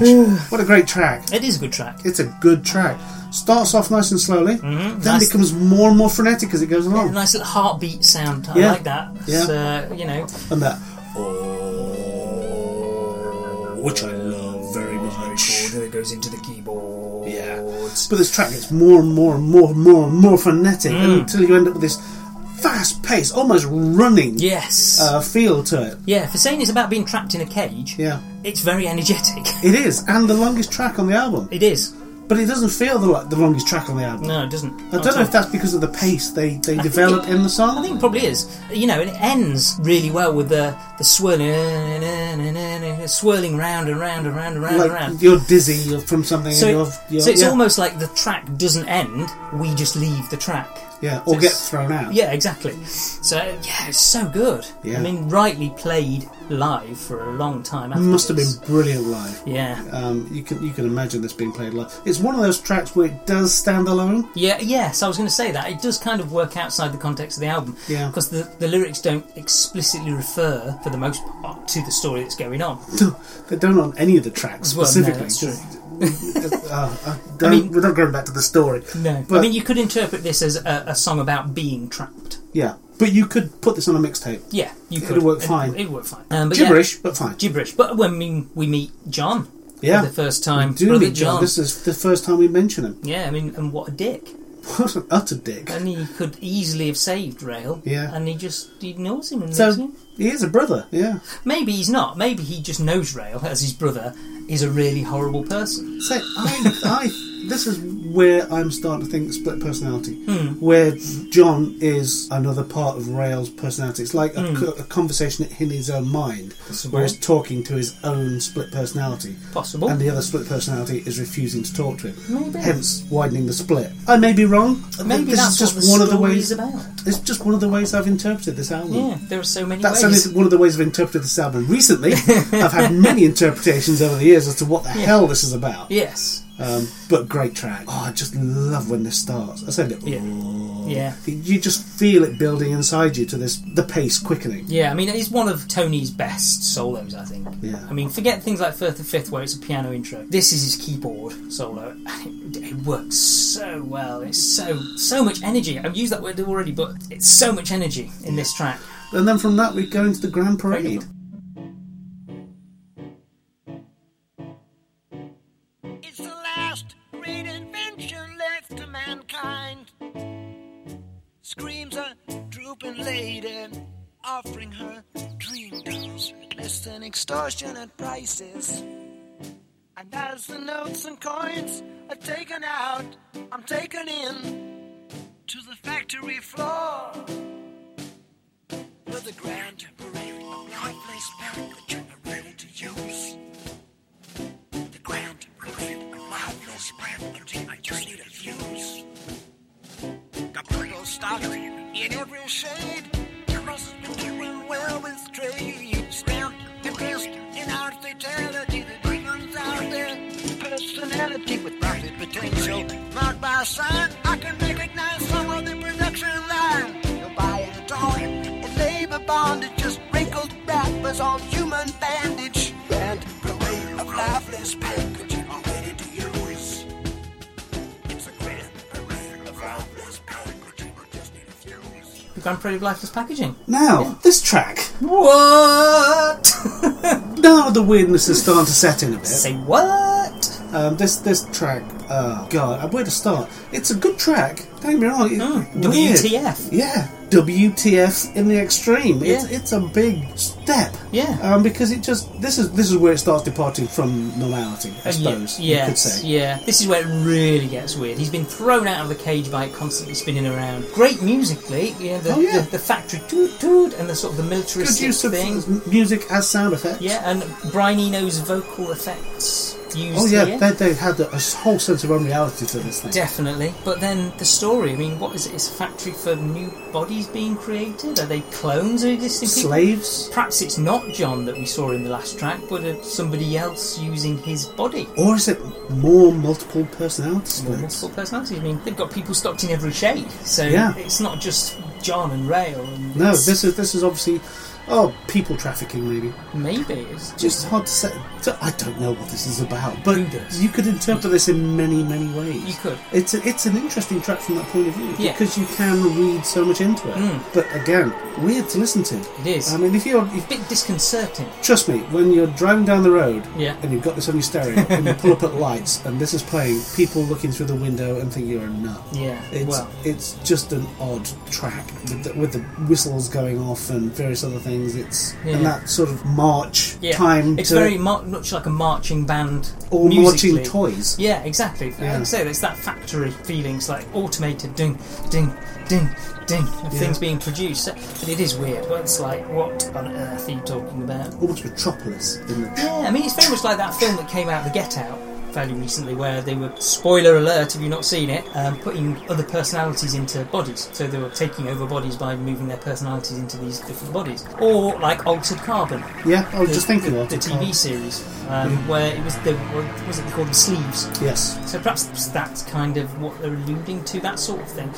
Cage. What a great track. It is a good track. It's a good track. Starts off nice and slowly, Mhm, then nice- becomes more and more frenetic as it goes A along. nice little heartbeat sound. I Yeah. like that. Yeah. It's, uh, you know, And that. "Oh," Which I love very much. it goes into the keyboard. Yeah. But this track gets more and more and more and more and more frenetic Mm. until you end up with this fast pace, almost running Yes. uh, feel to it. yeah, for saying it's about being trapped in a cage, Yeah. it's very energetic. It is, and the longest track on the album. It is. But it doesn't feel the, lo- the longest track on the album. No, it doesn't. I Not at don't know all. if that's because of the pace they, they develop in the song. I think it probably is. You know, and it ends really well with the the swirling, swirling round and round and round and round like and round. you're dizzy you're from something. So, and you're, you're, so it's yeah, almost like the track doesn't end. We just leave the track. yeah, or so get it's- thrown out. Yeah, exactly. So yeah, it's so good. Yeah. I mean, rightly played live for a long time. After must have been this. brilliant live. Yeah. Um, you can you can imagine this being played live. It's one of those tracks where it does stand alone. Yeah, yes, I was going to say that. It does kind of work outside the context of the album. Yeah. Because the, the lyrics don't explicitly refer, for the most part, to the story that's going on. they don't on any of the tracks Well, no, specifically. that's true. Uh, uh, don't- mean- we're not going back to the story. No. but I mean, you could interpret this as a, a song about being trapped. yeah, but you could put this on a mixtape. Yeah, you It'd could. work It- fine. It'd, work fine. Um, but yeah, Gibberish, but fine. gibberish. But when we, we meet John Yeah. for the first time, Do brother meet John. This is the first time we mention him. Yeah, I mean, and what a dick. What an utter dick. And he could easily have saved Rail. Yeah. And he just ignores him and leaves So him. he is a brother, yeah. Maybe he's not. Maybe he just knows Rail as his brother is a really horrible person. So I, I, this is where I'm starting to think split personality, Hmm. where John is another part of Rail's personality. It's like a, co- a conversation in his own mind, Hmm. Possible. where he's talking to his own split personality, Possible. and the other split personality is refusing to talk to him. Maybe. Hence, widening the split. I may be wrong. Maybe this that's is just what the one of the story ways. is about. It's just one of the ways I've interpreted this album. Yeah, there are so many That's ways. only one of the ways I've interpreted this album recently. I've had many interpretations over the years as to what the hell this is about. Yes. Um, but great track. Oh, I just love when this starts. I said it. Oh. Yeah. Yeah. You just feel it building inside you to this, the pace quickening. Yeah, I mean, it's one of Tony's best solos, I think. Yeah. I mean, forget things like Firth of Fifth, where it's a piano intro. This is his keyboard solo, and it, it works so well. It's so so much energy. I've used that word already, but it's so much energy in this track. And then from that, we go into the Grand Parade. It's the last great invention left to mankind. Screams a drooping lady, offering her dream girls at less than extortionate prices. And as the notes and coins are taken out, I'm taken in to the factory floor. With a grand parade of lifeless package ready to use. The ground revealed a marvelous pattern I just need a fuse. Got purple stock in every shade. The Russ has been doing well with trade. Still invest in our fatality. The demons out there. Personality with profit potential. Marked by a sign, I can recognize some of the production line. You'll buy it all. In labor bondage, just wrinkled wrappers on human bandage. And parade of lifeless package already to use. It's a grand parade of lifeless package. I just need a fuse. The Grand Prix of Lifeless Packaging. Now, this track. What? Now the weirdness is starting to set in a bit. Say what? Um, this this track. Oh God, where to start? It's a good track. Don't get me wrong. it- Mm, weird. WTF. Yeah, WTF in the extreme. It's Yeah. it's a big step. Yeah. um, because it just this is this is where it starts departing from normality. I suppose Uh, yeah, you could say. yeah. This is where it really gets weird. He's been thrown out of the cage by it constantly spinning around. Great musically, you know, the, Oh, yeah. the, the factory toot toot and the sort of the Good militaristic use of thing. music as sound effects. Yeah, and Brian Eno's vocal effects. used Oh yeah, here. they, they had a, a whole sense of unreality to this thing. Definitely, but then the story. I mean, what is it? It's a factory for new bodies being created. Are they clones of existing people? Slaves, Perhaps it's not John that we saw in the last track, but uh, somebody else using his body. or is it more multiple personality More splits? multiple personalities. I mean, they've got people stocked in every shade, so Yeah. it's not just John and Ray. Or and No, it's- this is this is obviously oh people trafficking maybe. maybe it's Just hard to say. So I don't know what this is about, but Who does? you could interpret this in many many ways. You could. It's a, it's an interesting track from that point of view Yeah. because you can read so much into it. Mm. But again, weird to listen to. It is. I mean, if you're if a bit disconcerting. Trust me, when you're driving down the road Yeah. and you've got this on your stereo and you pull up at lights and this is playing, people looking through the window and think you're a nut. Yeah. It's, well, it's just an odd track with the, with the whistles going off and various other things. It's Yeah. and that sort of march yeah. time It's to very mar- much like a marching band. all marching musically. toys. Yeah, exactly. Yeah. I'd say it's that factory feelings, like automated ding, ding, ding, ding, of Yeah. things being produced. But it is weird. But it's like, what on earth are you talking about? Almost Metropolis in the Yeah, I mean, it's very much like that film that came out, The Get Out, fairly recently, where they were spoiler alert if you've not seen it, um, putting other personalities into bodies. So they were taking over bodies by moving their personalities into these different bodies, or like Altered Carbon yeah. I was the, just thinking the, of Hmm. the it. TV series um, where it was the what was it called the sleeves. Yes, So perhaps that's kind of what they're alluding to, that sort of thing.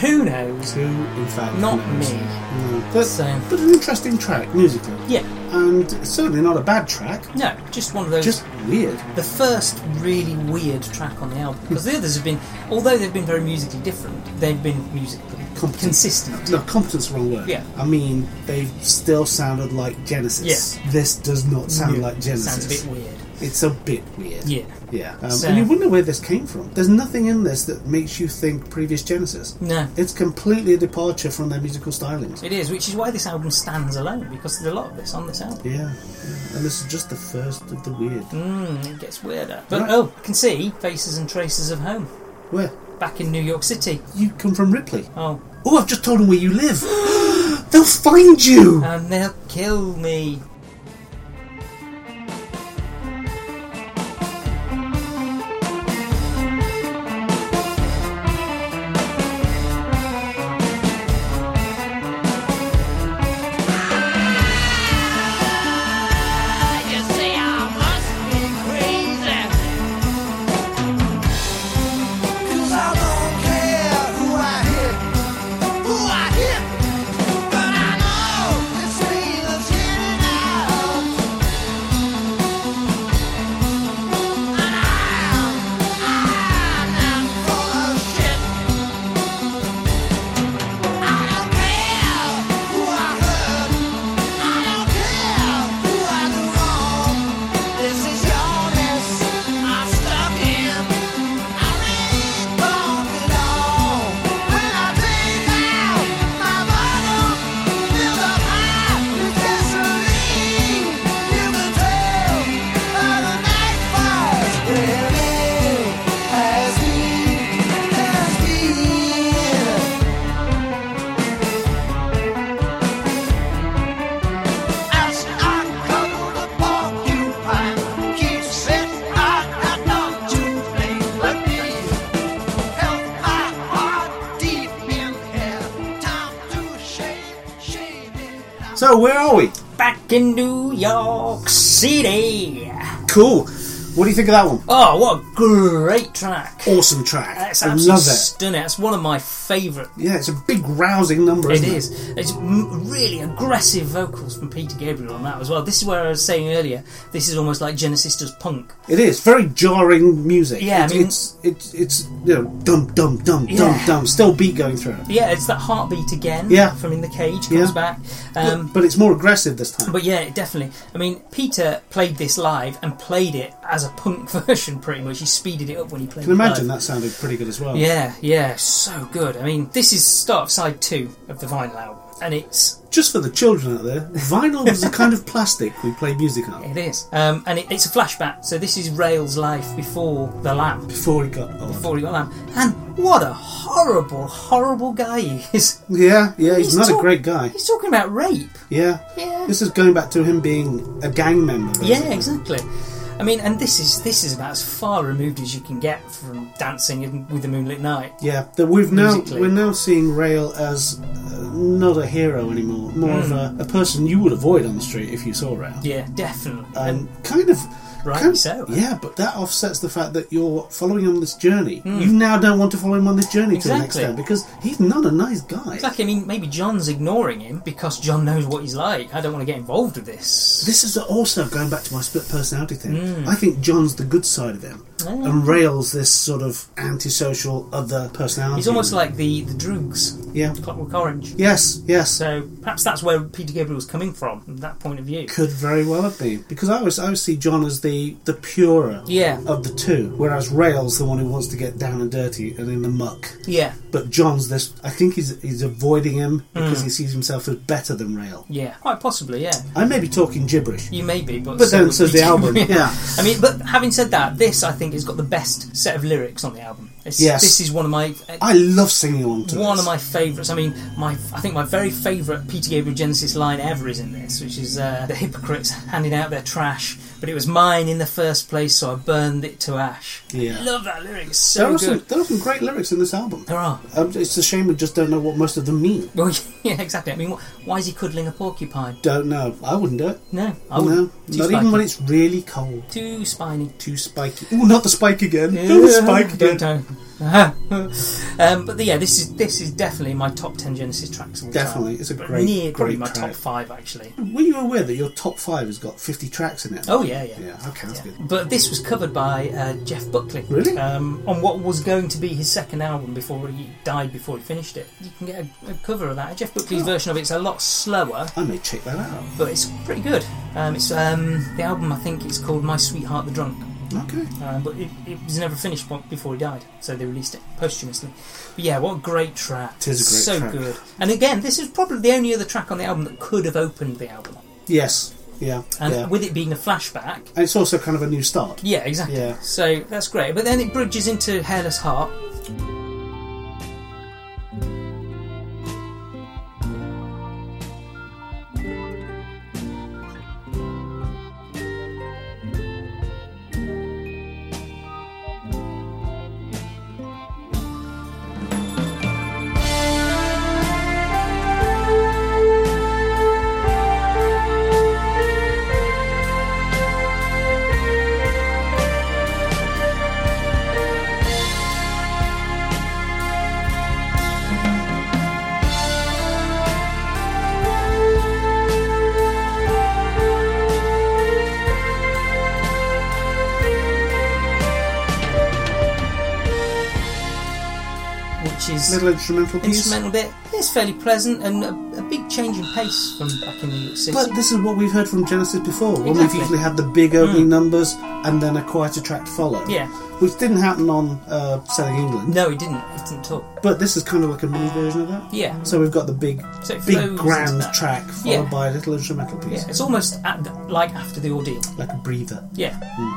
Who knows? who in fact Not knows? me. No. But, So- but an interesting track musically, Yeah, and certainly not a bad track. no, just one of those. Just weird. the first really weird track on the album because the others have been, although they've been very musically different, they've been musically Competent. consistent. No, competence wrong word. Yeah. I mean, they still sounded like Genesis. This does not sound Yeah. like Genesis. Sounds a bit weird. It's a bit weird. Yeah. Yeah. Um, So- and you wonder where this came from. There's nothing in this that makes you think previous Genesis. No. It's completely a departure from their musical stylings. It is, which is why this album stands alone because there's a lot of this on this album. Yeah. yeah. And this is just the first of the weird. Mm, it gets weirder. But Right. oh, I can see faces and traces of home Where? back in New York City. You come from Ripley. Oh, Oh, I've just told them where you live. They'll find you. and they'll kill me. You see, I must be crazy. Cause I don't care who I hit, who I hit. But I know this feeling's getting out. And I'm, I'm not full of shit. I don't care who I hurt. I don't care who I do wrong. This is your mess. I'm stuck in. I really don't belong. When I dig out my bottom, fill up high with gasoline. You can tell by the nightfall. Really has been, has been. As I cover the porcupine, keeps it hot and not too late for me. Held my heart deep in hair, time to shave, shave it out. So, where are we? Back in New York City. Cool. What do you think of that one? Oh, what a great track! Awesome track. That's Oh, I absolutely love it. stunning. That's one of my favourite. Yeah, it's a big rousing number. It Isn't it is. It's m- really aggressive vocals from Peter Gabriel on that as well. This is where I was saying earlier. This is almost like Genesis does punk. It is very jarring music. Yeah, I It's- mean- it's it's it's you know dum dum dum dum Yeah. dum. Still beat going through it, Yeah, it's that heartbeat again. Yeah. from in the cage Yeah. comes back. Um, but it's more aggressive this time. But yeah, definitely. I mean, Peter played this live and played it as a punk version, pretty much. He speeded it up when he played. Can it imagine live. that sounded pretty good as well. uh, Yeah, yeah, so good. I mean, this is start of side two of the vinyl album, and it's Just for the children out there, vinyl is a kind of plastic we play music on it is, um, and it, it's a flashback. So this is Rail's life before the lamp, before it got old. before he got lamp, and what a horrible, horrible guy he is. Yeah, yeah, he's, not talk- a great guy. He's talking about rape. Yeah. Yeah. This is going back to him being a gang member. Yeah, basically. exactly. I mean, and this is this is about as far removed as you can get from dancing in, with the moonlit night. Yeah, that we've now Musically. we're now seeing Rail as uh, not a hero anymore, more of a, a person you would avoid on the street if you saw Rail. Hmm. Yeah, definitely. And kind of, Rightly kind so. Yeah, but that offsets the fact that you're following him on this journey. You now don't want to follow him on this journey to an Hmm. Exactly. extent because he's not a nice guy. Exactly. I mean, maybe John's ignoring him because John knows what he's like. I don't want to get involved with this. This is also going back to my split personality thing. Hmm. I think John's the good side of him, Mm. and Rail's this sort of antisocial other personality. He's almost like the the Droogs, yeah, Clockwork Orange. yes, yes. So perhaps that's where Peter Gabriel's coming from, from that point of view. Could very well have been because I always I always see John as the the purer Yeah. of the two, whereas Rail's the one who wants to get down and dirty and in the muck. Yeah, But John's this. I think he's he's avoiding him because Hmm. he sees himself as better than Rail. yeah, quite possibly. Yeah, I may be talking gibberish, you may be, but but so then would says the Peter album. Gabriel. Yeah, I mean, but having said that, this I think has got the best set of lyrics on the album. It's, Yes. this is one of my I love singing along to one this. of my favourites. I mean, my I think my very favourite Peter Gabriel Genesis line ever is in this, which is uh, the hypocrites handing out their trash, but it was mine in the first place, so I burned it to ash. Yeah. love that lyric. It's There so are, good. some, there are some great lyrics in this album. There are. Um, it's a shame we just don't know what most of them mean. Well, yeah, exactly. I mean, wh- why is he cuddling a porcupine? Don't know. I wouldn't do it. No, I No, wouldn't. Too not spiky. even when it's really cold. too spiny. Too spiky. Ooh, not the spike again. Not the spike again. Don't, don't. um, but the, yeah, this is this is definitely my top ten Genesis tracks. Of all Definitely. time. It's a But great, near probably great my track. top five actually. Were you aware that your top five has got 50 tracks in it? Oh yeah, yeah. Yeah, okay, that's good. But this was covered by uh, Jeff Buckley. Really? Um, on what was going to be his second album before he died, before he finished it. You can get a, a cover of that. Jeff Buckley's version of it's a lot slower, I may check that out. but it's pretty good. Um, it's um, the album I think it's called My Sweetheart the Drunk. Okay. Um, but it, it was never finished b- before he died, so they released it posthumously. But yeah, what a great track! It is a great so track. good. And again, this is probably the only other track on the album that could have opened the album. Yes. Yeah. And yeah. with it being a flashback, And it's also kind of a new start. yeah, exactly. Yeah. So that's great. But then it bridges into Hairless Heart. which is Little instrumental piece. instrumental bit. It's fairly pleasant and a, a big change in pace from back in New York City. But this is what we've heard from Genesis before, when we've Exactly. Hmm. usually had the big opening numbers and then a quieter track to follow. Yeah. Which didn't happen on uh, Selling England. no, it didn't. It didn't at all. But this is kind of like a mini version of that. Yeah. So we've got the big, So it flows big into grand that. track followed Yeah. by a little instrumental Yeah, piece, it's almost at the, like after the ordeal. like a breather. Yeah,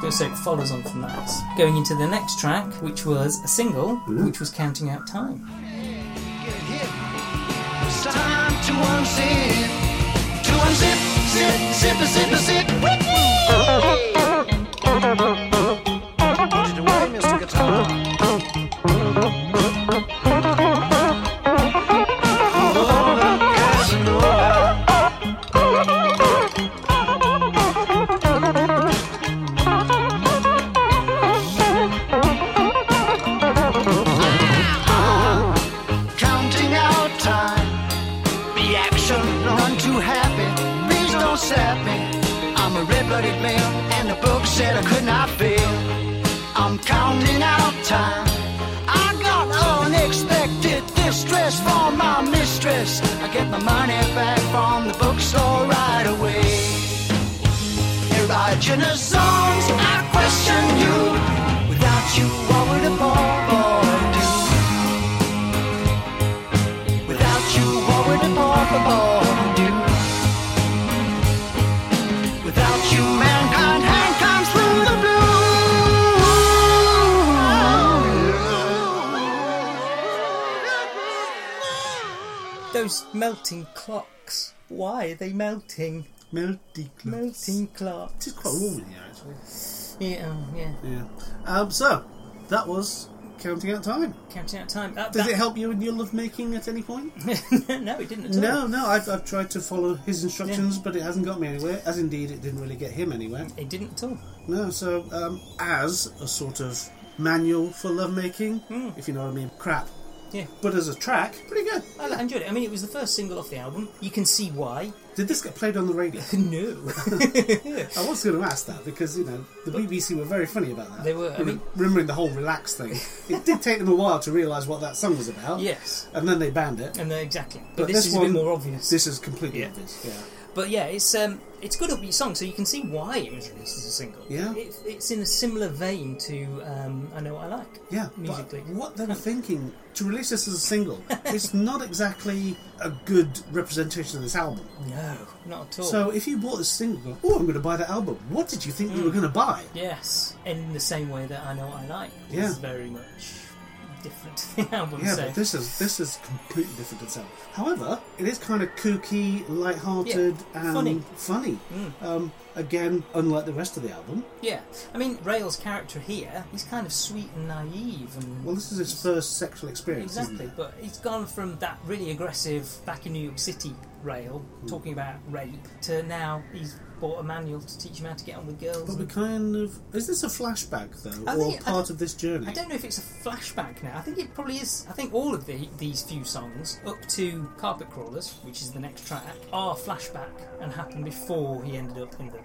so it follows on from that. Going into the next track, which was a single, which was Counting Out Time. get hit. It's time to unzip, to unzip, zip, zip, zip, zip. Put it away, Mr. Guitar. Hold on, Casanova. counting out time. The action, none too happy. Please don't sap me. I'm a red-blooded male, and the book said I could not fail. I'm counting out time. I got unexpected distress from my mistress. I get my money back from the bookstore right away. Erogenous zones, I question you. Without you, what would a poor boy do? Without you, what would a poor boy do? Without you, mankind hand comes through the blue. Those melting clocks. Why are they melting? Melody Club. Melting clocks. It's quite warm in here, actually. Yeah, oh, yeah. Yeah. Um, so, that was counting out time. Counting out time. Uh, Did that- it help you in your love making at any point? no, it didn't at all. No, no. I've, I've tried to follow his instructions, but it hasn't got me anywhere. As indeed, it didn't really get him anywhere. It didn't at all. No. So, um, as a sort of manual for love making, Hmm. if you know what I mean, crap. Yeah. But as a track, pretty good. I I enjoyed it. I mean, it was the first single off the album. You can see why. Did this get played on the radio? No. I was going to ask that because you know the BBC were very funny about that. They were, I Remem- mean- remembering the whole relax thing. it did take them a while to realise what that song was about. yes. And then they banned it. And uh, exactly. But, this, is a bit more obvious. This is completely Yeah. obvious. Yeah. But yeah, it's um, it's good upbeat song, so you can see why it was released as a single. Yeah. It, it's in a similar vein to um, I Know What I Like. Yeah, but Musically. what they were thinking to release this as a single, it's not exactly a good representation of this album. No, not at all. So if you bought this single, go, oh, I'm going to buy that album. What did you think you were Mm. going to buy? Yes, in the same way that I Know What I Like Yeah. is very much different to the album. Yeah, so. but this is this is completely different itself. However, it is kind of kooky, light-hearted, Yeah, and funny. Mm. funny. Um, again, unlike the rest of the album. yeah, I mean, Rail's character here, he's kind of sweet and naive and. Well, this is his first sexual experience, Exactly, isn't it? but it's gone from that really aggressive back in New York City rail Hmm. talking about rape to now he's bought a manual to teach him how to get on with girls. But we and- kind of is this a flashback though, I or think- I part don't- of this journey? I don't know if it's a flashback now. I think it probably is. I think all of the, these few songs, up to Carpet Crawlers, which is the next track, are flashback and happened before he ended up in the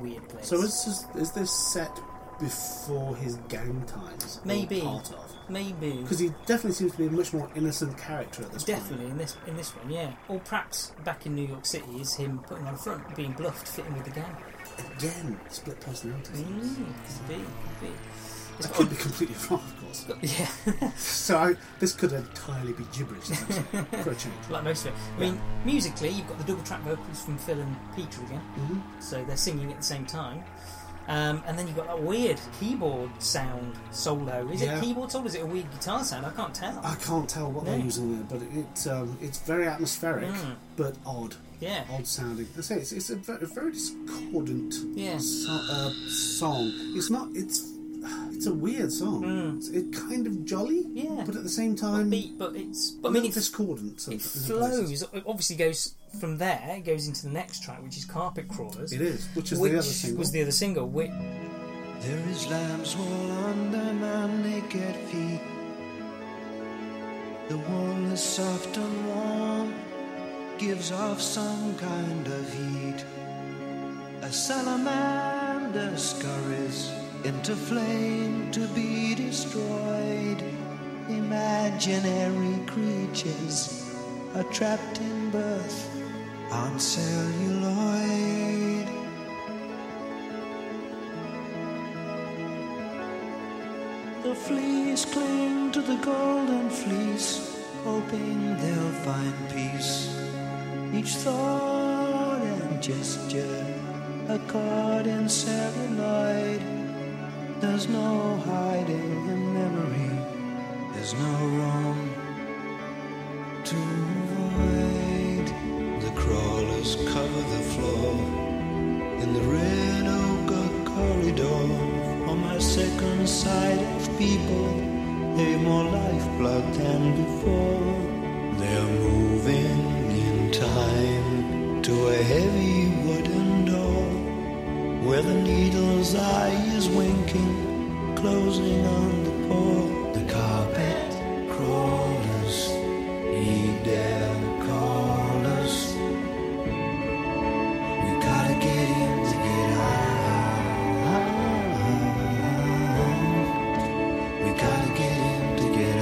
weird place. So is this, is this set before his gang times? or maybe part of maybe because he definitely seems to be a much more innocent character at this definitely in this in this one, yeah. Or perhaps back in New York City is him putting on a front, being bluffed, fitting with the gang. point. Again, split personality. Mm, could be, could be. Hmm. I It's got could be completely wrong, of course. a- yeah, So I, this could entirely be gibberish as I say, for a change. like most of it. I mean, musically, you've got the double track vocals from Phil and Peter again, mm-hmm. so they're singing at the same time. Um, and then you've got that weird keyboard sound solo. Is Yeah. it keyboard solo? Is it a weird guitar sound? I can't tell. I can't tell what they're No. using there, but it, it's um, it's very atmospheric, but odd, Mm. yeah, odd sounding. I say it's, it's a, very, a very discordant Yeah. so, uh, song. It's not. It's it's a weird song. It's it kind of jolly, Mm. Yeah. but at the same time, beat, but it's. But I mean, not it, discordant. some- it in some places. flows. It obviously goes from there. It goes into the next track, which is Carpet Crawlers. It is, which is which the other single. was the other single. Which, There is lamb's wool under my naked feet. The wool is soft and warm, gives off some kind of heat. A salamander scurries into flame to be destroyed. Imaginary creatures are trapped in birth on celluloid. The fleas cling to the golden fleece, hoping they'll find peace. Each thought and gesture, a chord in celluloid. There's no hiding in memory, there's no room to avoid. The crawlers cover the floor in the red ochre corridor on my second sight of people they're more lifeblood than before they're moving in time to a heavy wooden door where the needle's eye is winking closing on the poor the carpet crawlers eat their callers we gotta get in to get out. We gotta get in to get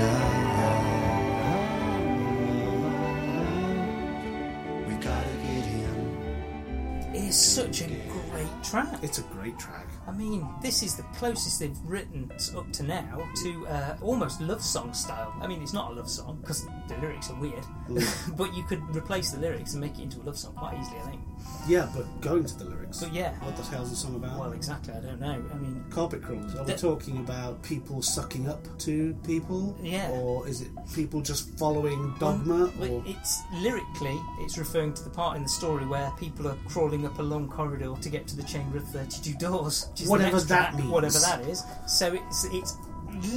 out. We gotta get in. is such a great track. It's a great track. I mean, this is the closest they've written s- up to now to uh, almost love song style. I mean, it's not a love song because the lyrics are weird, but you could replace the lyrics and make it into a love song quite easily, I think. Yeah, but going to the lyrics. But yeah, What the hell's the song about? well, exactly. I don't know. I mean, Carpet crawlers. Are we That- talking about people sucking up to people? Yeah. Or is it people just following dogma? Well, or It's lyrically, it's referring to the part in the story where people are crawling up a long corridor to get to the Chamber of 32 Doors, which is the Whatever next that track, means. Whatever that is. So it's it's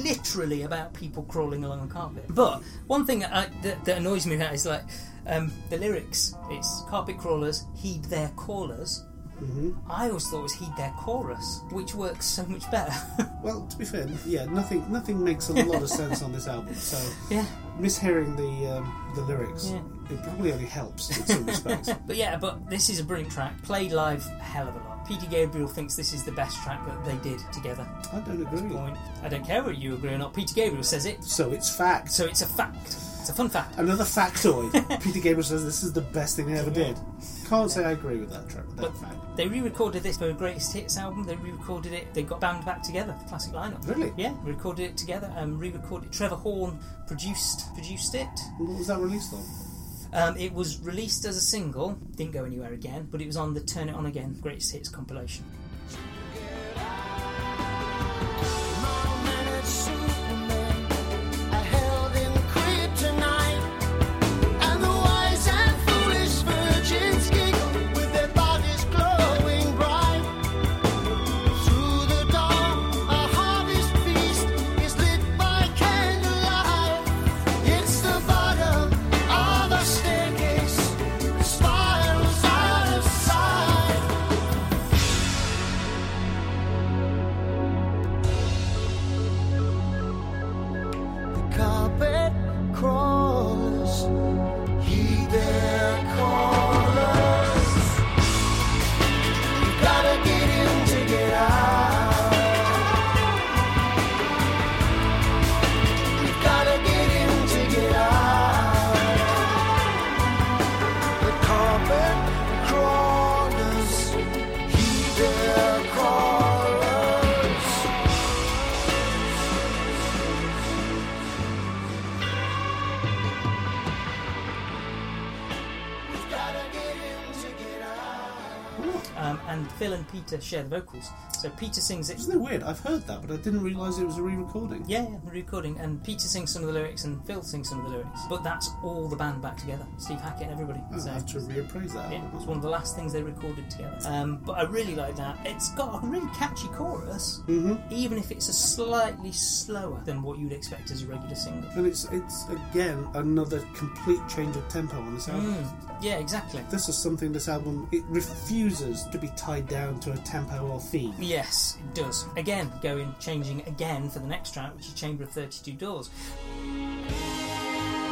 literally about people crawling along a carpet. But one thing that, I, that, that annoys me about is like um, the lyrics. It's carpet crawlers heed their callers. Mm-hmm. I always thought it was heed their chorus, which works so much better. Well, to be fair, yeah, nothing nothing makes a lot of sense on this album. So yeah. mishearing the um, the lyrics, Yeah. it probably only helps in some respects. But yeah, but this is a brilliant track. Played live a hell of a lot. Peter Gabriel thinks this is the best track that they did together. I don't agree. Point. I don't care whether you agree or not. Peter Gabriel says it, So it's fact. so it's a fact. It's a fun fact. Another factoid. Peter Gabriel says this is the best thing they ever did. Can't say I agree with that track. That But fact. they re-recorded this for a greatest hits album. They re-recorded it. They got bound back together. The classic lineup. Really? Yeah, recorded it together and re-recorded. Trevor Horn produced produced it. What was that released on? Um, it was released as a single. Didn't go anywhere again, but it was on the Turn It On Again Greatest Hits compilation. Spirals out of sight. carpet crawls. He there callers. You gotta get in to get out. You gotta get in to get out. The carpet crawlers. He there callers. You gotta get in to get out. Um, and Phil and Peter share the vocals. So Peter sings it. Isn't it weird? I've heard that, but I didn't realise it was a re-recording. Yeah, yeah, the recording. And Peter sings some of the lyrics and Phil sings some of the lyrics. But that's all the band back together. Steve Hackett and everybody. I so have to reappraise that. yeah, album. it's one of the last things they recorded together. Um, but I really like that. It's got a really catchy chorus, even if it's a slightly slower than what you'd expect as a regular single. And it's it's again another complete change of tempo on this Mm. album. Yeah, exactly. This is something this album it refuses to be tied down to a tempo or theme. Yes, it does. Again, going changing again for the next track, which is Chamber of 32 Doors.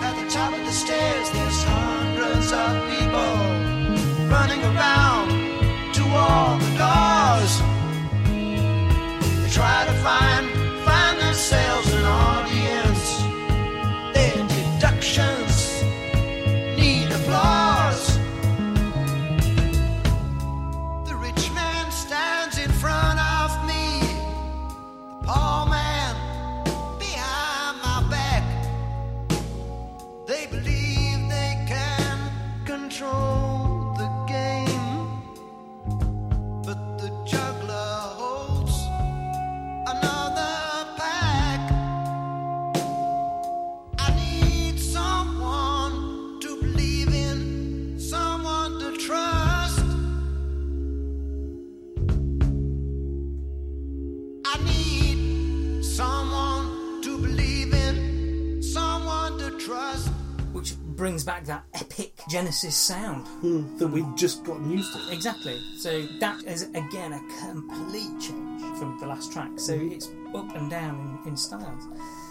At the top of the stairs, there's hundreds of people running around to all the doors. They try to find, find themselves an audience. Their deductions need applause. The rich man stands in front of me, the poor man behind my back. They believe they can control the game. But the juggler holds another pack. I need someone to believe in, someone to trust. I need someone to believe in, someone to trust. Which brings back that epic Genesis sound. That we've just gotten used to. Exactly. So that is again a complete change from the last track. So Mm-hmm. it's up and down in, in styles.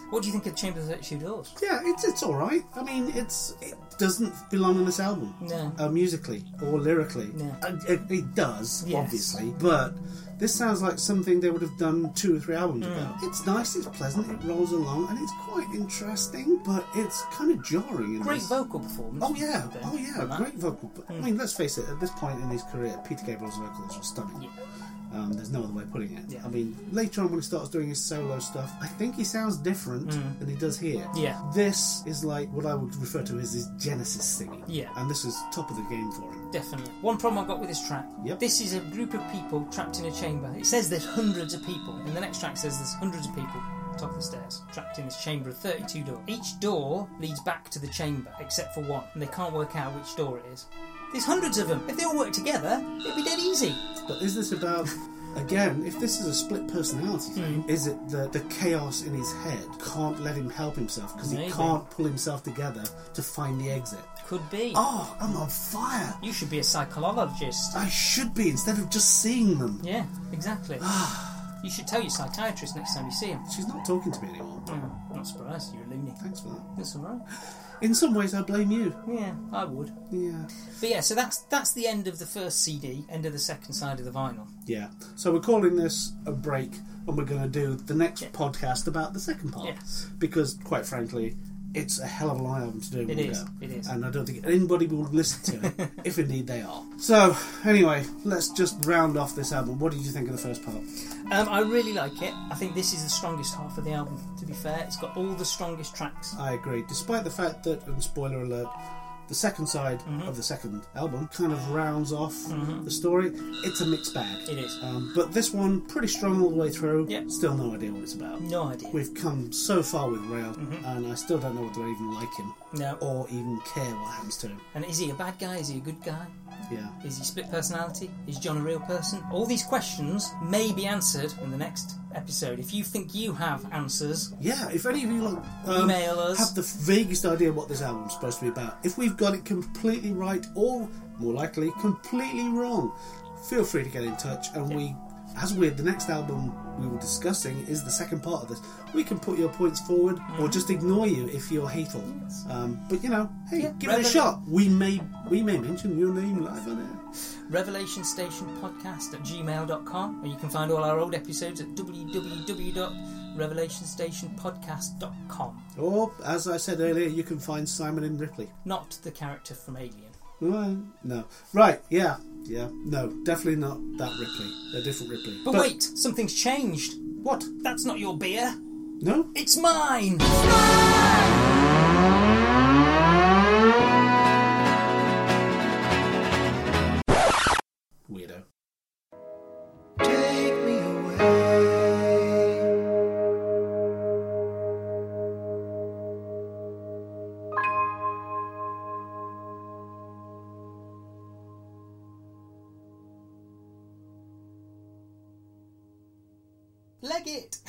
What do you think of Chamber of 32 Doors? Yeah, it's it's all right. I mean, it's it doesn't belong on this album, No. uh, musically or lyrically. No. Uh, It, it does, Yes. obviously, but this sounds like something they would have done two or three albums Mm. ago. It's nice, it's pleasant, it rolls along, and it's quite interesting, but it's kind of jarring. In Great this. vocal performance. Oh yeah, Then, oh yeah, on that. Hmm. great vocal. But, I mean, let's face it. At this point in his career, Peter Gabriel's vocals are stunning. Yeah. Um, there's no other way of putting it. Yeah. I mean, later on when he starts doing his solo stuff, I think he sounds different than he does here. Hmm. Yeah. This is like what I would refer to as his Genesis singing. Yeah. And this is top of the game for him. Definitely. One problem I've got with this track. Yep. This is a group of people trapped in a chamber. It says there's hundreds of people, and the next track says there's hundreds of people top of the stairs trapped in this chamber of 32 doors. Each door leads back to the chamber except for one, and they can't work out which door it is. There's hundreds of them. If they all work together, it'd be dead easy. But is this about again? If this is a split personality thing, Hmm. is it that the chaos in his head can't let him help himself because he Maybe. can't pull himself together to find the exit? Could be. Oh, I'm on fire! You should be a psychologist. I should be instead of just seeing them. Yeah, exactly. you should tell your psychiatrist next time you see him. She's not talking to me anymore. Mm, not surprised, you're a loony. Thanks for that. That's alright. In some ways, I blame you. Yeah, I would. Yeah. But yeah, so that's that's the end of the first CD, end of the second side of the vinyl. Yeah. So we're calling this a break, and we're going to do the next podcast about the second part. Yes. Because, quite frankly, it's a hell of a line item to do. in It one is, go. it is. And I don't think anybody will listen to it, if indeed they are. So, anyway, let's just round off this album. What did you think of the first part? Um, I really like it. I think this is the strongest half of the album. To be fair, it's got all the strongest tracks. I agree. Despite the fact that, and spoiler alert, the second side Mm-hmm. of the second album kind of rounds off the story. It's a mixed bag. It is. Um, but this one, pretty strong all the way through. Yep. Still no idea what it's about. No Mm-hmm. idea. We've come so far with Rail, and I still don't know whether I even like him No. or even care what happens to him. And is he a bad guy? Is he a good guy? Yeah. Is he split personality? Is John a real person? All these questions may be answered in the next episode. If you think you have answers, Yeah, if any of you like, um, Email us. have the vaguest idea what this album's supposed to be about, if we've got it completely right or, more likely, completely wrong, feel free to get in touch. And we, as with the next album we were discussing, is the second part of this, we can put your points forward Mm-hmm. or just ignore you if you're hateful. Um, but you know, hey, Yeah, give it a rather- shot. We may we may mention your name live on air. Revelation Station Podcast at gmail.com, and you can find all our old episodes at www.revelationstationpodcast.com. Or, as I said earlier, you can find Simon and Ripley. Not the character from Alien. Well, no. Right, yeah. Yeah. No, definitely not that Ripley. A different Ripley. But, wait, something's changed. What? That's not your beer, No? it's mine! Weirdo. Take me away. Leg it!